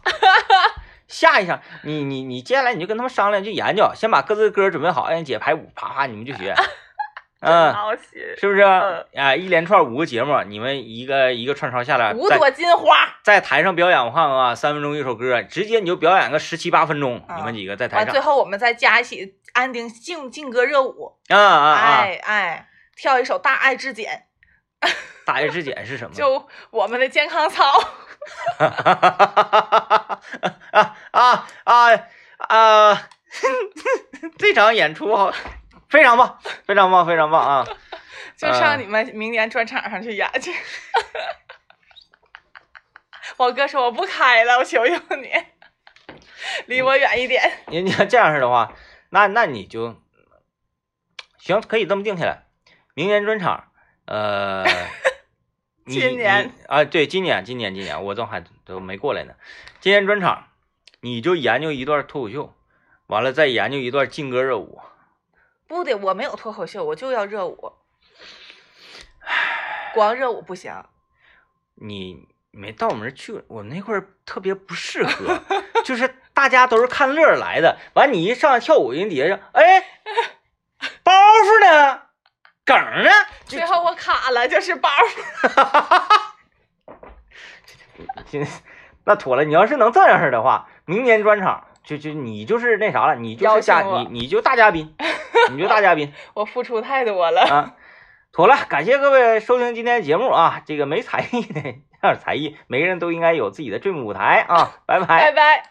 Speaker 1: 下一场，你你你接下来你就跟他们商量，就研究，先把各自的歌准备好，让哎你姐排舞，啪啪你们就 学，嗯，
Speaker 2: 闹心。
Speaker 1: 是不是？
Speaker 2: 嗯
Speaker 1: 啊，一连串五个节目，你们一个一个串烧下来，
Speaker 2: 五
Speaker 1: 再
Speaker 2: 朵金花，
Speaker 1: 在台上表演，我看看啊，三分钟一首歌，直接你就表演个十七八分钟，
Speaker 2: 啊
Speaker 1: 你们几个在台
Speaker 2: 完最
Speaker 1: 上
Speaker 2: 后我们再加一起安定劲劲歌热舞，
Speaker 1: 啊啊啊！
Speaker 2: 哎哎，跳一首《大爱之简
Speaker 1: 大爷之简是什》，么？
Speaker 2: 就我们的健康操。
Speaker 1: 啊啊啊啊！这场演出好，非常棒，非常棒，非常棒啊！
Speaker 2: 就上你们明年专场上去演去。 我哥说我不开了，我求求你，离我远一点。
Speaker 1: 你你要这样式的话，那那你就行，可以这么定下来。明年专场， 呃，你
Speaker 2: 今
Speaker 1: 你
Speaker 2: 年
Speaker 1: 啊，对，今年今年今年，我正还都没过来呢。今年专场，你就研究一段脱口秀，完了再研究一段劲歌热舞。
Speaker 2: 不得，我没有脱口秀，我就要热舞。光热舞不行，
Speaker 1: 你没到我们这儿去，我们那块儿特别不适合， 就是大家都是看乐儿来的。完，你一上跳舞，人底下说：“哎，包袱呢？梗儿呢？”就
Speaker 2: 最后我卡了，就是包袱。
Speaker 1: 行，那妥了。你要是能这样式儿的话，明年专场就就你就是那啥了，你就
Speaker 2: 邀
Speaker 1: 是
Speaker 2: 请
Speaker 1: 嘉
Speaker 2: 我
Speaker 1: 你你就大嘉宾，你就大嘉 宾
Speaker 2: 我付出太多了。
Speaker 1: 啊。妥了，感谢各位收听今天的节目啊！这个 没
Speaker 2: 哎
Speaker 1: 才艺的要有才艺，每个人都应该有自己的 dream 舞台啊！拜拜
Speaker 2: 拜拜。